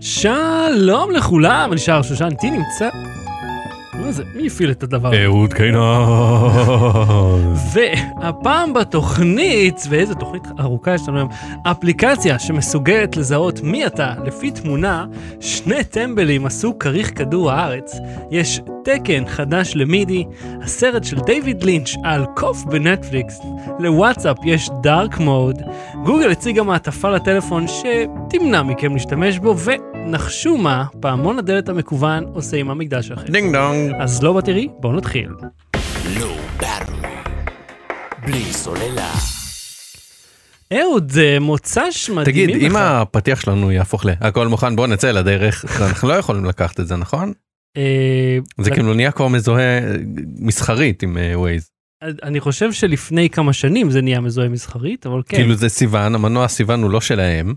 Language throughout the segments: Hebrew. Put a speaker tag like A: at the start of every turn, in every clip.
A: שלום לכולם, אני שער שושן, איתי נמצא... מה זה? מי הפעיל את הדבר?
B: אהוד קינן.
A: והפעם בתוכנית, ואיזה תוכנית ארוכה יש לנו היום, אפליקציה שמסוגלת לזהות מי אתה לפי תמונה, שני טמבלים עשו כריך כדור הארץ, יש תקן חדש למידי, הסרט של דיוויד לינץ' על קוף בנטפליקס, לוואטסאפ יש דארק מוד, גוגל הציגה מעטפה לטלפון שתמנע מכם להשתמש בו, ונחשו מה פעמון הדלת המקוון עושה עם המקדש שלכם.
B: דינג דונג.
A: אז לא בתראי, בואו נתחיל.
C: לא ברור. בלי סוללה.
A: אהוד, זה מוצ"ש מדהימים
B: תגיד,
A: לך.
B: אם הפתיח שלנו יהפוך ל... הכל מוכן, בוא נצא לדרך. אנחנו לא יכולים לקחת את זה, נכון?
A: אה,
B: זה כאילו נהיה כבר מזוהה מסחרית עם אה, Waze.
A: אני חושב שלפני כמה שנים זה נהיה מזוהה מסחרית, אבל כן.
B: כאילו זה סיוון, המנוע סיוון הוא לא שלהם.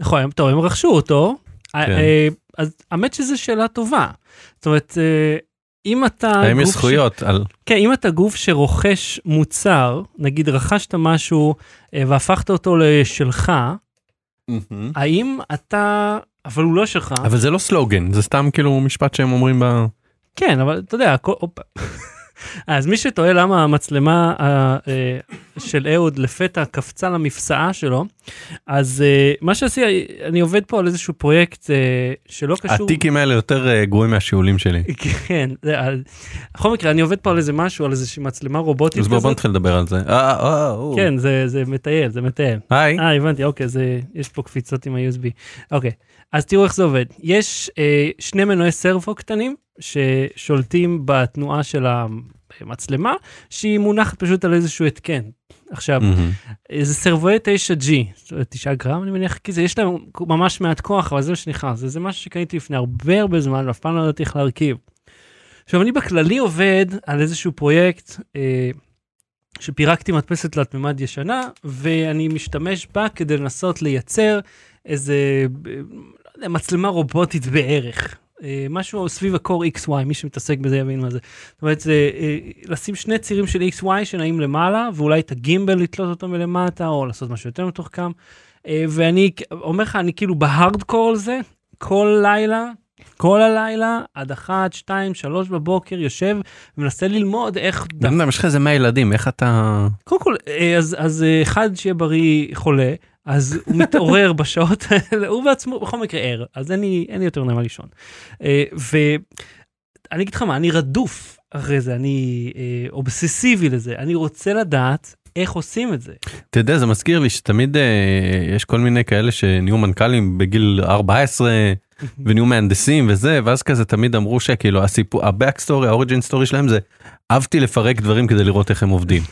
A: נכון, הם- טוב, הם רכשו אותו. אה,
B: כן.
A: אה, אז האמת שזו שאלה טובה. זאת אומרת, אה, אם אתה...
B: להם יש
A: גוף ש-
B: זכויות על...
A: כן, אם אתה גוף שרוכש מוצר, נגיד רכשת משהו אה, והפכת אותו לשלך, האם אתה... אבל הוא לא שלך.
B: אבל זה לא סלוגן, זה סתם כאילו משפט שהם אומרים ב...
A: כן, אבל אתה יודע, הכל... הופה. אז מי שתוהה למה המצלמה אה, אה, של אהוד לפתע קפצה למפסעה שלו, אז אה, מה שעשיתי, אני עובד פה על איזשהו פרויקט אה, שלא קשור...
B: הטיקים האלה יותר אה, גרועים מהשיעולים שלי.
A: כן, זה, אה, בכל מקרה, אני עובד פה על איזה משהו, על איזושהי מצלמה רובוטית
B: אז בוא בוא
A: כזאת.
B: נתחיל לדבר על זה. אה, אה, אה,
A: כן, זה, זה מטייל, זה מטייל.
B: היי.
A: אה, הבנתי, אוקיי, זה, יש פה קפיצות עם ה-USB. אוקיי, אז תראו איך זה עובד. יש אה, שני מנועי סרבו קטנים ששולטים בתנועה של המצלמה, שהיא מונחת פשוט על איזשהו התקן. עכשיו,
B: מהמם.
A: אה, זה סרבוי 9G, זאת אומרת, 9 גרם אני מניח, כי זה, יש להם ממש מעט כוח, אבל זה מה שנכנס, זה משהו שקניתי לפני הרבה הרבה זמן, ואף פעם לא ידעתי איך להרכיב. עכשיו, אני בכללי עובד על איזשהו פרויקט אה, שפירקתי מדפסת תלת מימד ישנה, ואני משתמש בה כדי לנסות לייצר איזה אה, לא יודע, מצלמה רובוטית בערך. אה, משהו סביב הקור XY, מי שמתעסק בזה יבין מה זה. זאת אומרת, זה אה, לשים שני צירים של XY שנעים למעלה, ואולי את הגימבל לתלות אותו מלמטה, או לעשות משהו יותר מתוחכם. אה, ואני כ- אומר לך, אני כאילו בהארדקור על זה, כל לילה, כל הלילה, עד אחת, שתיים, שלוש בבוקר, יושב ומנסה ללמוד איך... דווקא-
B: בן אדם, יש לך איזה 100 ילדים, איך אתה...
A: קודם כל, אה, אז, אז אה, אחד שיהיה בריא חולה, אז הוא מתעורר בשעות האלה, הוא בעצמו בכל מקרה ער, אז אין לי, אין לי יותר נעים לישון. אה, ואני אגיד לך מה, אני רדוף אחרי זה, אני אה, אובססיבי לזה, אני רוצה לדעת איך עושים את זה.
B: אתה יודע זה מזכיר לי שתמיד אה, יש כל מיני כאלה שנהיו מנכ"לים בגיל 14 ונהיו מהנדסים וזה ואז כזה תמיד אמרו שכאילו הסיפור הבק סטורי האוריג'ין סטורי שלהם זה אהבתי לפרק דברים כדי לראות איך הם עובדים.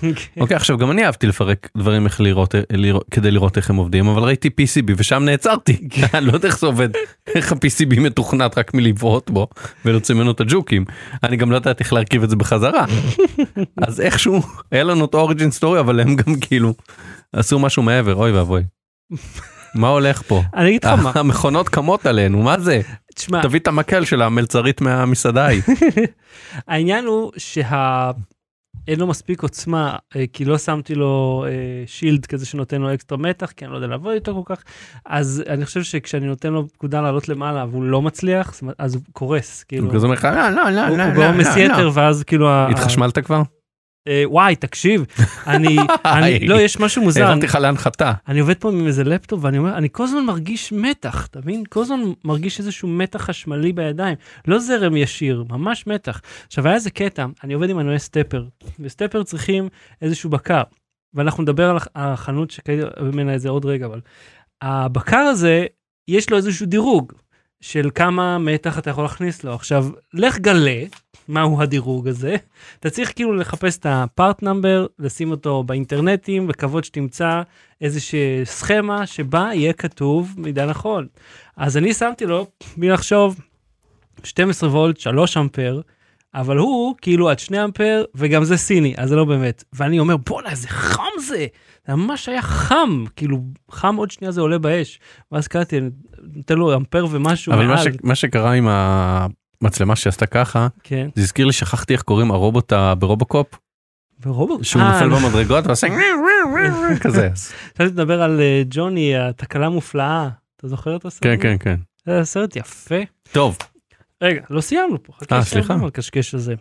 B: אוקיי עכשיו גם אני אהבתי לפרק דברים איך לראות לראות- כדי לראות איך הם עובדים אבל ראיתי PCB ושם נעצרתי אני לא יודע איך זה עובד איך ה-PCB מתוכנת רק מלבעוט בו ולהוציא ממנו את הג'וקים אני גם לא יודעת איך להרכיב את זה בחזרה אז איכשהו היה לנו את אוריג'ין סטורי אבל הם גם כאילו עשו משהו מעבר אוי ואבוי. מה הולך פה?
A: אני אגיד לך מה,
B: המכונות קמות עלינו מה זה
A: תשמע,
B: תביא את המקל של המלצרית מהמסעדה ההיא.
A: העניין הוא שה... אין לו מספיק עוצמה, אה, כי לא שמתי לו אה, שילד כזה שנותן לו אקסטרה מתח, כי אני לא יודע לעבוד איתו כל כך. אז אני חושב שכשאני נותן לו פקודה לעלות למעלה והוא לא מצליח, זאת אומרת, אז הוא קורס, כאילו.
B: הוא כזה אומר לך לא לא
A: הוא-
B: לא
A: הוא
B: לא
A: בעומס
B: לא
A: יתר,
B: לא.
A: ואז כאילו... ה-
B: התחשמלת כבר?
A: ה- אה, וואי, תקשיב, אני... אני- לא, יש משהו מוזר.
B: הרמתי לך להנחתה.
A: אני עובד פה עם איזה לפטופ ואני אומר, אני כל הזמן מרגיש מתח, אתה מבין? כל הזמן מרגיש איזשהו מתח חשמלי בידיים. לא זרם ישיר, ממש מתח. עכשיו, היה איזה קטע, אני עובד עם מנועי סטפר, וסטפר צריכים איזשהו בקר, ואנחנו נדבר על הח- החנות שקניתי ממנה את זה עוד רגע, אבל הבקר הזה, יש לו איזשהו דירוג של כמה מתח אתה יכול להכניס לו. עכשיו, לך גלה מהו הדירוג הזה. אתה צריך כאילו לחפש את הפארט נאמבר, לשים אותו באינטרנטים, לקוות שתמצא איזושהי סכמה שבה יהיה כתוב מידע נכון. אז אני שמתי לו, בלי לחשוב, 12 וולט, 3 אמפר, אבל הוא כאילו עד 2 אמפר, וגם זה סיני, אז זה לא באמת. ואני אומר, בואנה, איזה חם זה! זה ממש היה חם, כאילו, חם עוד שנייה זה עולה באש. ואז קראתי, אני נותן לו אמפר ומשהו
B: אבל מה
A: מעל.
B: ש- מה שקרה עם המצלמה שעשתה ככה
A: כן,
B: זה הזכיר לי שכחתי איך קוראים הרובוט ה- ברובוקופ
A: ברובוט.
B: שהוא
A: אה,
B: נופל
A: נכון.
B: במדרגות ועושה כזה. אז-
A: חשבתי לדבר על אה, ג'וני, התקלה מופלאה. אתה זוכר את הסרט?
B: כן כן כן.
A: זה סרט יפה.
B: טוב,
A: רגע, לא סיימנו פה. חכה,
B: אה,
A: שנייה,
B: סליחה.
A: גם הקשקש הזה.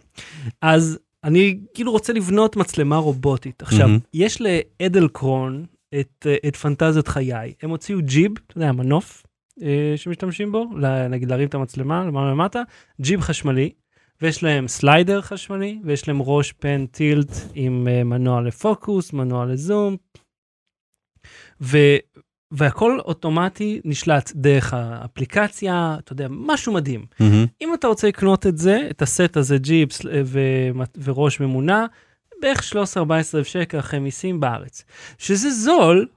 A: אז אני כאילו רוצה לבנות מצלמה רובוטית. עכשיו,
B: מהמם.
A: יש לאדלקרון את, אה, את פנטזיות חיי. הם הוציאו ג'יב, אתה יודע, מנוף אה, שמשתמשים בו, ל- נגיד להרים את המצלמה למעלה למטה, ג'יב חשמלי, ויש להם סליידר חשמלי, ויש להם ראש פן טילט עם אה, מנוע לפוקוס, מנוע לזום, ו... והכל אוטומטי נשלט דרך האפליקציה, אתה יודע, משהו מדהים.
B: מהמם.
A: אם אתה רוצה לקנות את זה, את הסט הזה, ג'יפס אה, ו- וראש ממונה, בערך 13-14 אלף שקל אחרי מיסים בארץ. שזה זול.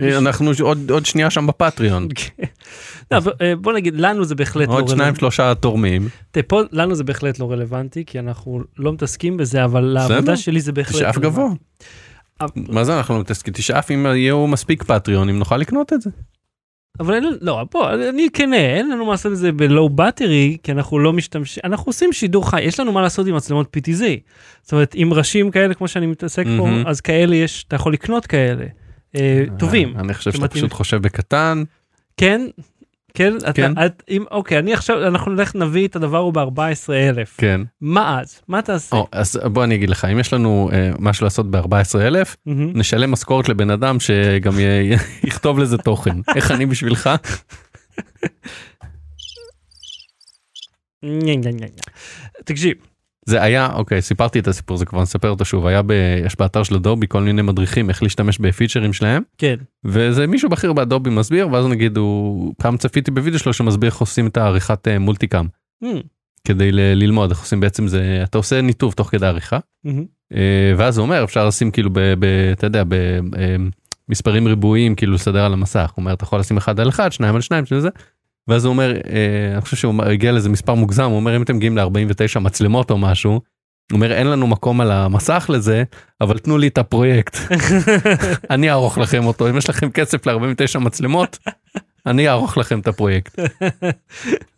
B: אה, אנחנו עוד- עוד שנייה שם בפטריון.
A: לא, ב- אה, בוא נגיד, לנו זה בהחלט לא
B: עוד שניים
A: רלוונטי.
B: שלושה תורמים,
A: תראה, פה לנו זה בהחלט לא רלוונטי, כי אנחנו לא מתעסקים בזה, אבל
B: בסדר.
A: לעבודה שלי זה בהחלט... לא
B: תשאף
A: רלוונטי.
B: גבוה.
A: אבל-
B: מה זה אנחנו לא מתעסקים? תשאף אם יהיו מספיק פטריונים נוכל לקנות את זה.
A: אבל אין, לא, בוא, אני כנה, אין לנו מה לעשות את זה בלואו באטרי, כי אנחנו לא משתמשים, אנחנו עושים שידור חי, יש לנו מה לעשות עם מצלמות PTZ. זאת אומרת, עם ראשים כאלה, כמו שאני מתעסק פה,
B: מהמם.
A: אז כאלה יש, אתה יכול לקנות כאלה, אה, טובים.
B: אה, אני חושב שאתה
A: שמתאים.
B: פשוט חושב בקטן.
A: כן, כן, אתה,
B: כן.
A: את, אם, אוקיי, אני עכשיו, אנחנו נלך, נביא את הדבר הוא ב-14,000.
B: כן.
A: מה אז? מה תעשה?
B: או, אז בוא אני אגיד לך אם יש לנו אה, משהו לעשות ב-14,000
A: מהמם.
B: נשלם משכורת לבן אדם שגם י- יכתוב לזה תוכן איך אני בשבילך
A: נה, נה, נה, נה. תקשיב,
B: זה היה אוקיי סיפרתי את הסיפור הזה כבר נספר אותו שוב היה ב, יש באתר של אדובי כל מיני מדריכים איך להשתמש בפיצ'רים שלהם
A: כן,
B: וזה מישהו בכיר באדובי מסביר ואז נגיד הוא פעם צפיתי בווידאו שלו שמסביר איך עושים את העריכת אה, מולטיקאם
A: מהמם,
B: כדי ל- ללמוד איך עושים בעצם זה אתה עושה ניתוב תוך כדי עריכה
A: מהמם,
B: אה, ואז הוא אומר אפשר לשים כאילו ב... ב אתה יודע במספרים ריבועיים כאילו לסדר על המסך הוא אומר אתה יכול לשים אחד על אחד שניים על שניים שזה. ואז הוא אומר אה, אני חושב שהוא הגיע לאיזה מספר מוגזם הוא אומר אם אתם מגיעים ל-49 מצלמות או משהו. הוא אומר אין לנו מקום על המסך לזה אבל תנו לי את הפרויקט אני אערוך לכם אותו אם יש לכם כסף ל-49 מצלמות אני אערוך לכם את הפרויקט.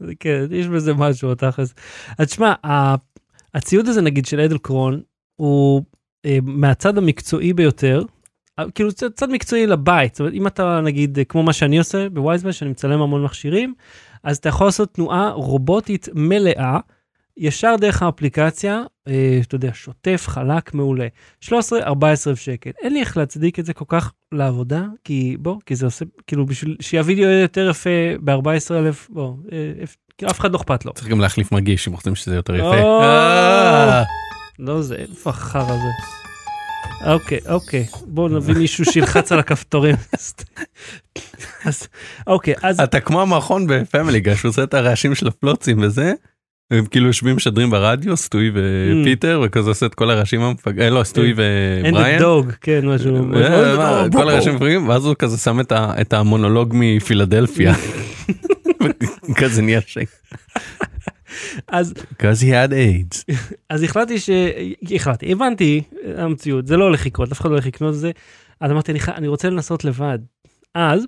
A: זה כן, יש בזה משהו, תכלס. אז שמע, ה- הציוד הזה נגיד של אדלקרון, הוא אה, מהצד המקצועי ביותר, אה, כאילו צד, צד מקצועי לבית, זאת אומרת אם אתה נגיד אה, כמו מה שאני עושה בווייזמן, שאני מצלם המון מכשירים, אז אתה יכול לעשות תנועה רובוטית מלאה, ישר דרך האפליקציה, אה, אתה יודע, שוטף, חלק, מעולה. 13-14 אלף שקל. אין לי איך להצדיק את זה כל כך לעבודה, כי בוא, כי זה עושה, כאילו בשביל שהווידאו יהיה יותר יפה ב-14 אלף, בוא, אה, אפ- כאילו, אף אחד לא אכפת לו.
B: צריך גם להחליף מרגיש אם רוצים שזה יותר יפה.
A: או.
B: אה.
A: לא זה, איפה החרא הזה? אוקיי, אוקיי, בואו נביא מישהו שילחץ על הכפתורים. אז אוקיי, אז
B: אתה כמו המערכון בפמילי גיא שהוא עושה את הרעשים של הפלוצים וזה. הם כאילו יושבים משדרים ברדיו סטוי ופיטר וכזה עושה את כל הרעשים המפגרים לא סטוי
A: אין
B: ובריאן.
A: דה דוג, כן, משהו.
B: אה,
A: בוא,
B: מה, כל
A: בוא.
B: הרעשים המפגרים ואז הוא כזה שם את ה- את המונולוג מפילדלפיה. כזה נהיה שק.
A: אז
B: Because he had AIDS.
A: אז החלטתי ש... החלטתי, הבנתי, אה, המציאות, זה לא הולך לקרות, אף אחד לא הולך לקנות את זה. אז אמרתי, אני, ח- אני רוצה לנסות לבד. אז,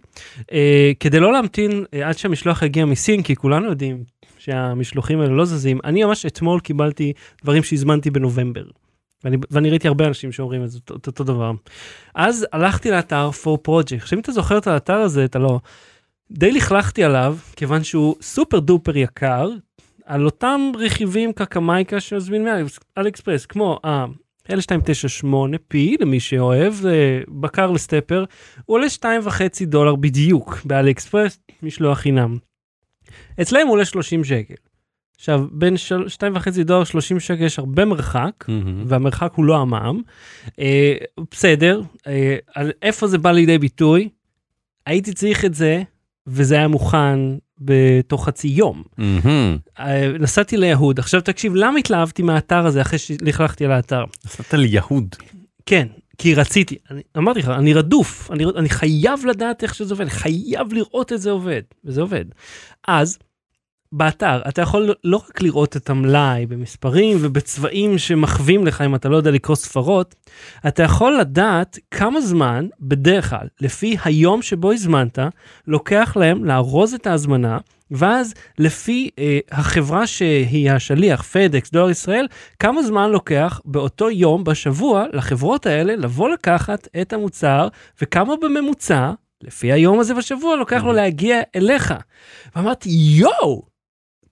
A: אה, כדי לא להמתין אה, עד שהמשלוח יגיע מסין, כי כולנו יודעים שהמשלוחים האלה לא זזים, אני ממש אתמול קיבלתי דברים שהזמנתי בנובמבר. ואני, ואני ראיתי הרבה אנשים שאומרים את זה, את אותו דבר. אז הלכתי לאתר for project. עכשיו, אם אתה זוכר את האתר הזה, אתה לא... די לכלכתי עליו, כיוון שהוא סופר דופר יקר, על אותם רכיבים קקמייקה שעוזבים מאליקספרס, כמו ה-L298P, למי שאוהב, זה בקר לסטפר, הוא עולה 2.5 דולר בדיוק באליקספרס, משלוח חינם. אצלהם הוא עולה 30 שקל. עכשיו, בין של- 2.5 דולר 30 שקל יש הרבה מרחק,
B: Mm-hmm.
A: והמרחק הוא לא המע"מ. אה, בסדר, אה, על איפה זה בא לידי ביטוי? הייתי צריך את זה, וזה היה מוכן בתוך חצי יום.
B: מהמם.
A: אה, נסעתי ליהוד. עכשיו תקשיב, למה התלהבתי מהאתר הזה אחרי שלכלכתי על האתר?
B: עשית על יהוד.
A: כן, כי רציתי, אני, אמרתי לך, אני רדוף, אני, אני חייב לדעת איך שזה עובד, אני חייב לראות את זה עובד, וזה עובד. אז, באתר, אתה יכול לא רק לראות את המלאי במספרים ובצבעים שמחווים לך אם אתה לא יודע לקרוא ספרות, אתה יכול לדעת כמה זמן, בדרך כלל, לפי היום שבו הזמנת, לוקח להם לארוז את ההזמנה, ואז לפי אה, החברה שהיא השליח, פדקס, דואר ישראל, כמה זמן לוקח באותו יום בשבוע לחברות האלה לבוא לקחת את המוצר וכמה בממוצע לפי היום הזה בשבוע לוקח לו
B: Mhm.
A: להגיע אליך. ואמרתי, יואו,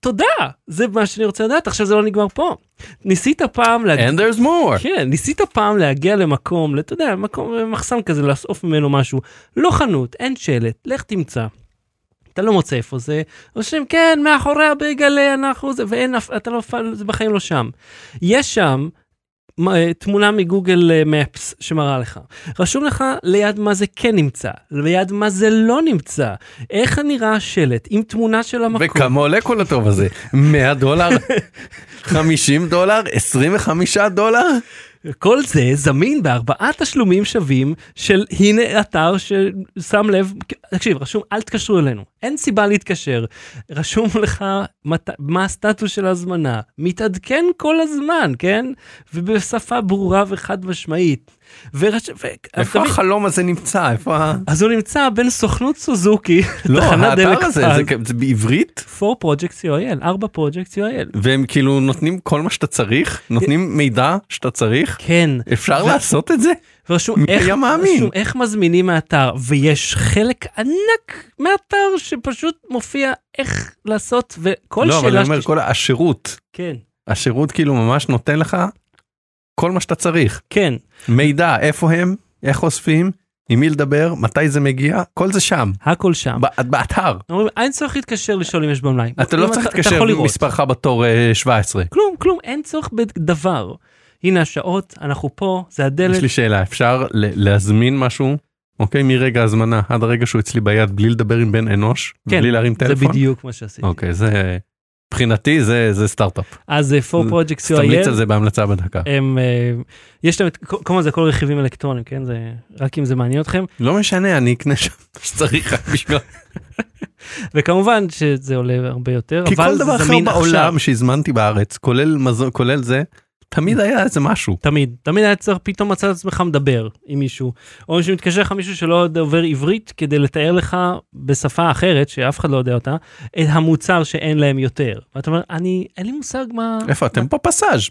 A: תודה, זה מה שאני רוצה לדעת, עכשיו זה לא נגמר פה. ניסית פעם להגיע...
B: And there's more.
A: כן, ניסית פעם להגיע למקום, אתה יודע, מקום, מחסן כזה, לאסוף ממנו משהו. לא חנות, אין שלט, לך תמצא. אתה לא מוצא איפה זה, אנשים, כן, מאחורי הבייגלה אנחנו זה, ואין אף, אתה לא, זה בחיים לא שם. יש שם מ- אה, תמונה מגוגל מפס שמראה לך. רשום לך ליד מה זה כן נמצא, ליד מה זה לא נמצא, איך נראה השלט עם תמונה של המקום.
B: וכמה עולה כל הטוב הזה? 100 דולר? 50 דולר? 25 דולר?
A: כל זה זמין בארבעה תשלומים שווים של הנה אתר ששם לב, תקשיב, רשום אל תתקשרו אלינו, אין סיבה להתקשר, רשום לך מת, מה הסטטוס של ההזמנה, מתעדכן כל הזמן, כן? ובשפה ברורה וחד משמעית. ורש... ו...
B: איפה
A: תמיד-
B: החלום הזה נמצא? איפה ה...
A: אז הוא נמצא בין סוכנות סוזוקי
B: לא,
A: לתחנת דלק
B: האתר הזה,
A: פז.
B: זה כ- זה בעברית?
A: 4 projects co.il, 4 projects co.il.
B: והם כאילו נותנים כל מה שאתה צריך? נותנים מידע שאתה צריך?
A: כן.
B: אפשר
A: זה-
B: לעשות את זה?
A: ורשום
B: מי
A: איך,
B: היה מאמין?
A: רשום איך מזמינים מהאתר, ויש חלק ענק מהאתר שפשוט מופיע איך לעשות, וכל
B: לא,
A: שאלה...
B: אבל אני אומר,
A: שתש-
B: כל השירות,
A: כן,
B: השירות כאילו ממש נותן לך כל מה שאתה צריך.
A: כן.
B: מידע, איפה הם, איך אוספים, עם מי לדבר, מתי זה מגיע, כל זה שם,
A: הכל שם.
B: ב- באתר.
A: אומרים, אין צורך להתקשר לשאול אם יש באונליין.
B: אתה לא
A: אם
B: צריך
A: אתה
B: להתקשר
A: יכול לראות.
B: מספרך בתור אה, 17.
A: כלום, כלום, אין צורך בדבר. הנה השעות, אנחנו פה, זה
B: יש
A: הדלת.
B: לי שאלה, אפשר ל- להזמין משהו, אוקיי, מרגע ההזמנה עד הרגע שהוא אצלי ביד, בלי לדבר עם בן אנוש,
A: כן,
B: בלי להרים
A: זה
B: טלפון?
A: בדיוק מה שעשיתי.
B: אוקיי, זה, מבחינתי זה זה סטארט-אפ.
A: אז 4 projects
B: אז תמליץ על
A: co.il,
B: זה בהמלצה בדקה.
A: הם, אה, יש להם, את- כמובן זה הכל רכיבים אלקטרונים, כן? זה רק אם זה מעניין אתכם.
B: לא משנה, אני אקנה שם מה שצריך רק בשביל...
A: וכמובן שזה עולה הרבה יותר,
B: כי
A: אבל
B: כל
A: זה
B: דבר אחר
A: זמין עכשיו.
B: בעולם שהזמנתי בארץ, כולל מזון, כולל זה, תמיד היה איזה משהו.
A: תמיד, תמיד היה צריך, פתאום מצא את עצמך מדבר עם מישהו, או שמתקשר לך מישהו שלא דובר עברית כדי לתאר לך בשפה אחרת, שאף אחד לא יודע אותה, את המוצר שאין להם יותר. ואתה אומר, אני, אין לי מושג מה
B: איפה אתם פה פסאז'?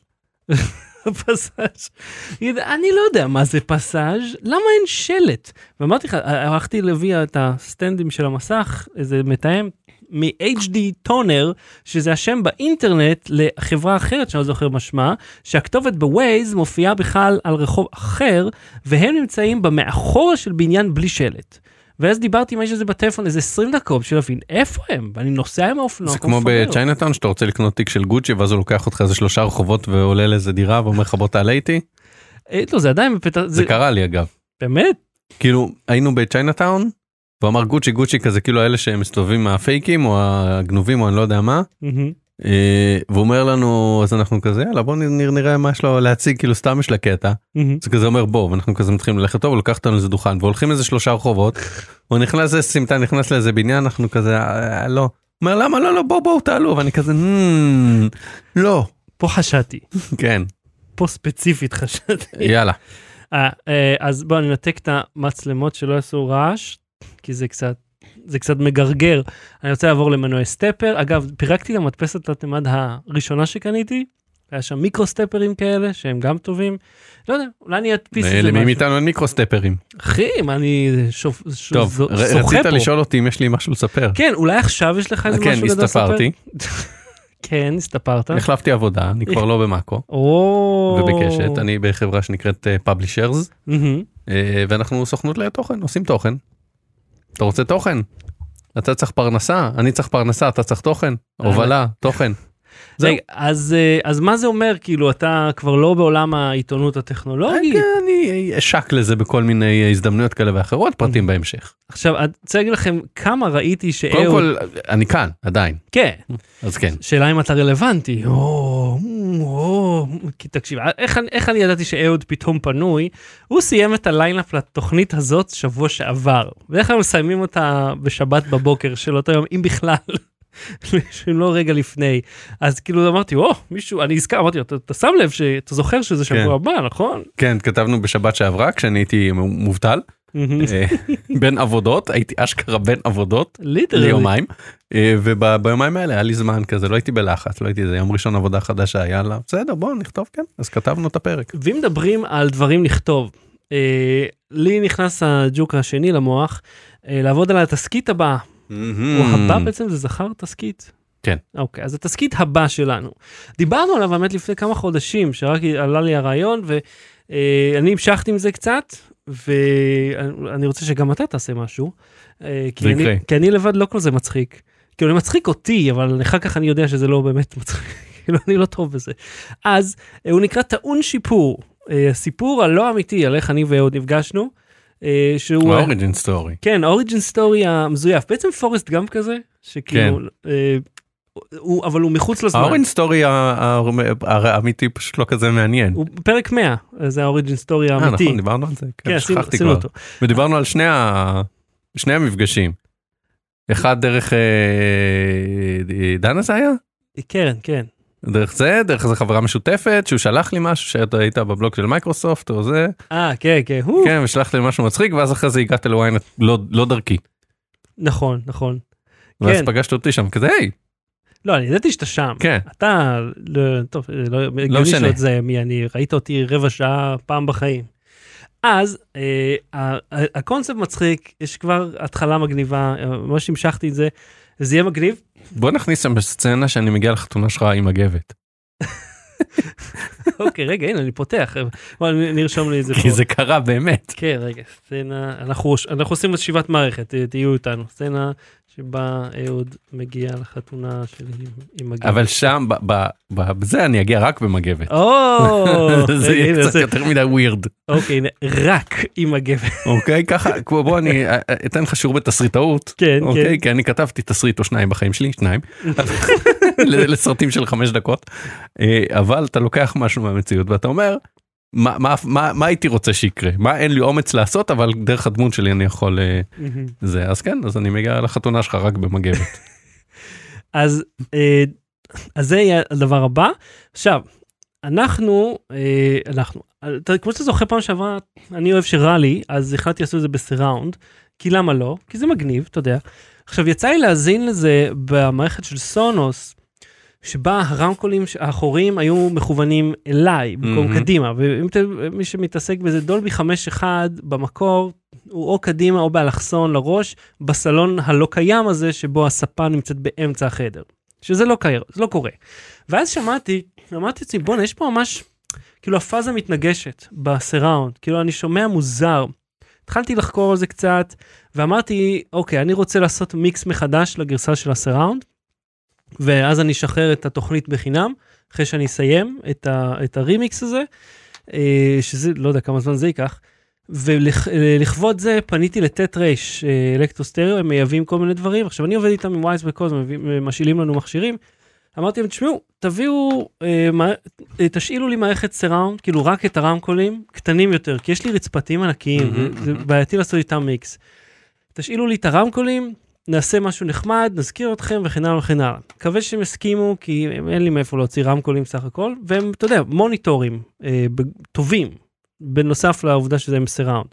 A: פסאז'. תגיד, אני לא יודע מה זה פסאז', למה אין שלט? ואמרתי לך, הלכתי להביא את הסטנדים של המסך, איזה מתאם, מ-HD טונר, שזה השם באינטרנט לחברה אחרת שאני לא זוכר מה שמה, שהכתובת בווייז מופיעה בכלל על רחוב אחר, והם נמצאים במאחורה של בניין בלי שלט. ואז דיברתי עם האיש הזה בטלפון איזה 20 דקות בשביל להבין איפה הם, ואני נוסע עם האופנוע.
B: זה לא, כמו
A: מפגר.
B: בצ'יינתאון שאתה רוצה לקנות תיק של גוצ'י ואז הוא לוקח אותך איזה שלושה רחובות ועולה לאיזה דירה ואומר לך בוא תעלה איתי.
A: אה, לא, זה עדיין בפתח... זה
B: זה קרה לי אגב.
A: באמת?
B: כאילו היינו בצ'יינתאון והוא אמר גוצ'י גוצ'י כזה כאילו האלה שמסתובבים הפייקים או הגנובים או אני לא יודע מה.
A: מהמם.
B: אה, והוא אומר לנו אז אנחנו כזה יאללה בוא נ- נראה מה יש לו להציג כאילו סתם יש לה קטע.
A: מהמם.
B: זה כזה אומר בוא ואנחנו כזה מתחילים ללכת טוב הוא לוקח אותנו לאיזה דוכן והולכים איזה שלושה רחובות. הוא נכנס לאיזה סמטה נכנס לאיזה בניין אנחנו כזה "אה, אה, לא. אומר למה לא לא בוא בואו תעלו ואני כזה "מ, לא
A: פה חשדתי.
B: כן
A: פה ספציפית חשדתי.
B: יאללה
A: אה, אה, אז בואו ננתק את המצלמות שלא יעשו רעש, כי זה קצת, זה קצת מגרגר. אני רוצה לעבור למנועי סטפר. אגב, פירקתי את המדפסת תלת-ממד הראשונה שקניתי, היה שם מיקרו סטפרים כאלה, שהם גם טובים. לא יודע, אולי אני אדפיס את זה
B: אה, למי
A: משהו.
B: מאיתנו אין מיקרו סטפרים.
A: אחי, מה אני שופ- ש-
B: טוב
A: זו-
B: ר-
A: שוחה
B: רצית
A: פה.
B: לשאול אותי אם יש לי משהו לספר.
A: כן, אולי עכשיו יש לך איזה
B: כן
A: משהו גדול לספר?
B: הסתפרתי
A: כן, הסתפרת.
B: החלפתי עבודה אני כבר לא במאקו
A: או...
B: ובקשת אני בחברה שנקראת אה, פאבלישרס
A: מהמם.
B: אה, ואנחנו סוכנות לתוכן עושים תוכן. אתה רוצה תוכן? אתה צריך פרנסה אני צריך פרנסה אתה צריך תוכן הובלה תוכן. זהו.
A: רגע, אז, אה, אז מה זה אומר? כאילו, אתה כבר לא בעולם העיתונות
B: כן.
A: הטכנולוגית.
B: אה, אני אשק לזה בכל מיני אה, הזדמנויות כאלה ואחרות פרטים בהמשך.
A: עכשיו, אני רוצה להגיד לכם כמה ראיתי
B: קודם
A: שאהוד...
B: כל אני כאן עדיין
A: כן,
B: אז כן.
A: שאלה אם אתה רלוונטי. או, מ, או, מ, כי תקשיב, אה, איך, אני- איך אני ידעתי שאהוד פתאום פנוי? הוא סיים את הליינאפ לתוכנית הזאת שבוע שעבר. בדרך כלל מסיימים אותה בשבת בבוקר של אותו יום, אם בכלל. אם לא רגע לפני אז כאילו אמרתי וואו מישהו אני הזכר אמרתי לו "אתה- אתה שם לב שאתה זוכר שזה
B: כן.
A: שבוע הבא נכון
B: כן כתבנו בשבת שעברה כשאני הייתי מובטל אה, בין עבודות הייתי אשכרה בין עבודות
A: ליטרלי
B: ליומיים אה, וביומיים האלה היה לי זמן כזה לא הייתי בלחץ לא הייתי זה יום ראשון עבודה חדשה יאללה בסדר בוא נכתוב כן אז כתבנו את הפרק.
A: ואם מדברים על דברים לכתוב, אה, לי נכנס הג'וק השני למוח, אה, לעבוד על התסכית הבאה, או הבא בעצם זה זכר תסכית.
B: Mm. כן.
A: אוקיי, אז התסכית הבא שלנו. דיברנו עליו באמת לפני כמה חודשים, שרק עלה לי הרעיון, ואני המשכתי עם זה קצת, ואני רוצה שגם אתה תעשה משהו. אה, כי
B: זה
A: אני-
B: יקרה.
A: כי אני לבד לא כל זה מצחיק. כאילו, זה מצחיק אותי, אבל אחר כך אני יודע שזה לא באמת מצחיק. כאילו, אני לא טוב בזה. אז אה, הוא נקרא טעון שיפור. אה, הסיפור הלא אמיתי על איך אני ואהוד נפגשנו, אה, שהוא...
B: אוריג'ין סטורי.
A: כן, אוריג'ין סטורי המזויף. בעצם פורסט גאמפ כזה, שכאילו,
B: כן.
A: אה, הוא, אבל הוא מחוץ לזמן.
B: האוריג'ין סטורי האמיתי פשוט לא כזה מעניין.
A: הוא פרק 100, זה האוריג'ין סטורי
B: אה,
A: האמיתי.
B: נכון, דיברנו על זה?
A: כן,
B: כן,
A: עשינו-
B: שכחתי
A: עשינו
B: כבר.
A: אותו.
B: ודיברנו על שני ה- שני המפגשים. אחד דרך אה, אה, דנה זה היה?
A: קרן, כן.
B: דרך זה, דרך איזה חברה משותפת שהוא שלח לי משהו שאתה היית בבלוג של מייקרוסופט או זה,
A: אה, כן, כן. הוא,
B: כן, ושלחת לי משהו מצחיק ואז אחרי זה הגעת לוויינט לא- לא דרכי.
A: נכון, נכון.
B: ואז
A: כן.
B: פגשת אותי שם כזה היי,
A: לא, אני ידעתי שאתה שם.
B: כן,
A: אתה, לא- טוב, לא הגיוני
B: משנה.
A: שעוד זה מי אני, ראית אותי רבע שעה פעם בחיים. אז אה, ה- ה- הקונספט מצחיק, יש כבר התחלה מגניבה, אה, ממש המשכתי את זה, זה יהיה מגניב.
B: בוא נכניס שם סצנה שאני מגיע לחתונה שלך עם מגבת.
A: אוקיי, רגע, הנה, אני פותח. בוא, נ- נרשום לי את זה פה.
B: כי זה קרה באמת.
A: כן, רגע, סצנה, אנחנו, אנחנו עושים ישיבת מערכת, ת- תהיו איתנו. סצנה שבה אהוד מגיע לחתונה שלי עם- עם מגן.
B: אבל שם, ב- ב- ב- בזה אני אגיע רק במגבת.
A: או,
B: זה
A: רגע, הנה,
B: יהיה קצת
A: זה-
B: יותר מדי ווירד.
A: אוקיי, הנה, רק עם הגבר.
B: אוקיי, ככה, כמו- בוא אני אה, אה, אתן לך שיעור בתסריטאות.
A: כן, כן.
B: אוקיי, כי אני כתבתי תסריט או שניים בחיים שלי, שניים, ל- לסרטים של חמש דקות, אה, אבל אתה לוקח משהו מהמציאות ואתה אומר, "מה- מה- מה מה הייתי רוצה שיקרה? מה אין לי אומץ לעשות, אבל דרך הדמות שלי אני יכול אה,
A: מהמם.
B: זה, אז כן, אז אני מגיע לחתונה שלך רק במגבת.
A: אז, אה, אז זה יהיה הדבר הבא. עכשיו, אנחנו, אה, אנחנו, אתה, כמו שאתה זוכר פעם שעברה, אני אוהב שרע לי, אז החלטתי לעשות את זה בסיראונד, כי למה לא? כי זה מגניב, אתה יודע. עכשיו, יצא לי להאזין לזה במערכת של סונוס, שבה הרמקולים ש- האחוריים היו מכוונים אליי, במקום
B: מהמם.
A: קדימה, ואם אתה, מי שמתעסק בזה, דולבי 5.1 במקור, הוא או קדימה או באלכסון לראש, בסלון הלא קיים הזה, שבו הספה נמצאת באמצע החדר. שזה לא, קר, לא קורה. ואז שמעתי, אמרתי לעצמי, בואנה, יש פה ממש, כאילו הפאזה מתנגשת בסיראונד, כאילו אני שומע מוזר. התחלתי לחקור על זה קצת, ואמרתי, אוקיי, אני רוצה לעשות מיקס מחדש לגרסה של הסיראונד, ואז אני אשחרר את התוכנית בחינם, אחרי שאני אסיים את, ה, את הרימיקס הזה, אה, שזה, לא יודע כמה זמן זה ייקח. ולכבוד זה פניתי לטט רייש, אלקטרוסטריאו, הם מייבאים כל מיני דברים. עכשיו, אני עובד איתם עם וייז וכל זה, מביאים- משאילים לנו מכשירים. אמרתי להם, תשמעו, תביאו, אה, מע- אה, תשאילו לי מערכת סיראונד, כאילו רק את הרמקולים, קטנים יותר, כי יש לי רצפתים ענקיים,
B: מהמם,
A: זה
B: מהמם.
A: בעייתי לעשות איתם מיקס. תשאילו לי את הרמקולים, נעשה משהו נחמד, נזכיר אתכם וכן הלאה וכן הלאה. מקווה שהם יסכימו, כי הם- אין לי מאיפה להוציא רמקולים סך הכל, והם, אתה יודע, מוניטורים אה, ב- טובים, בנוסף לעובדה שזה עם סיראונד.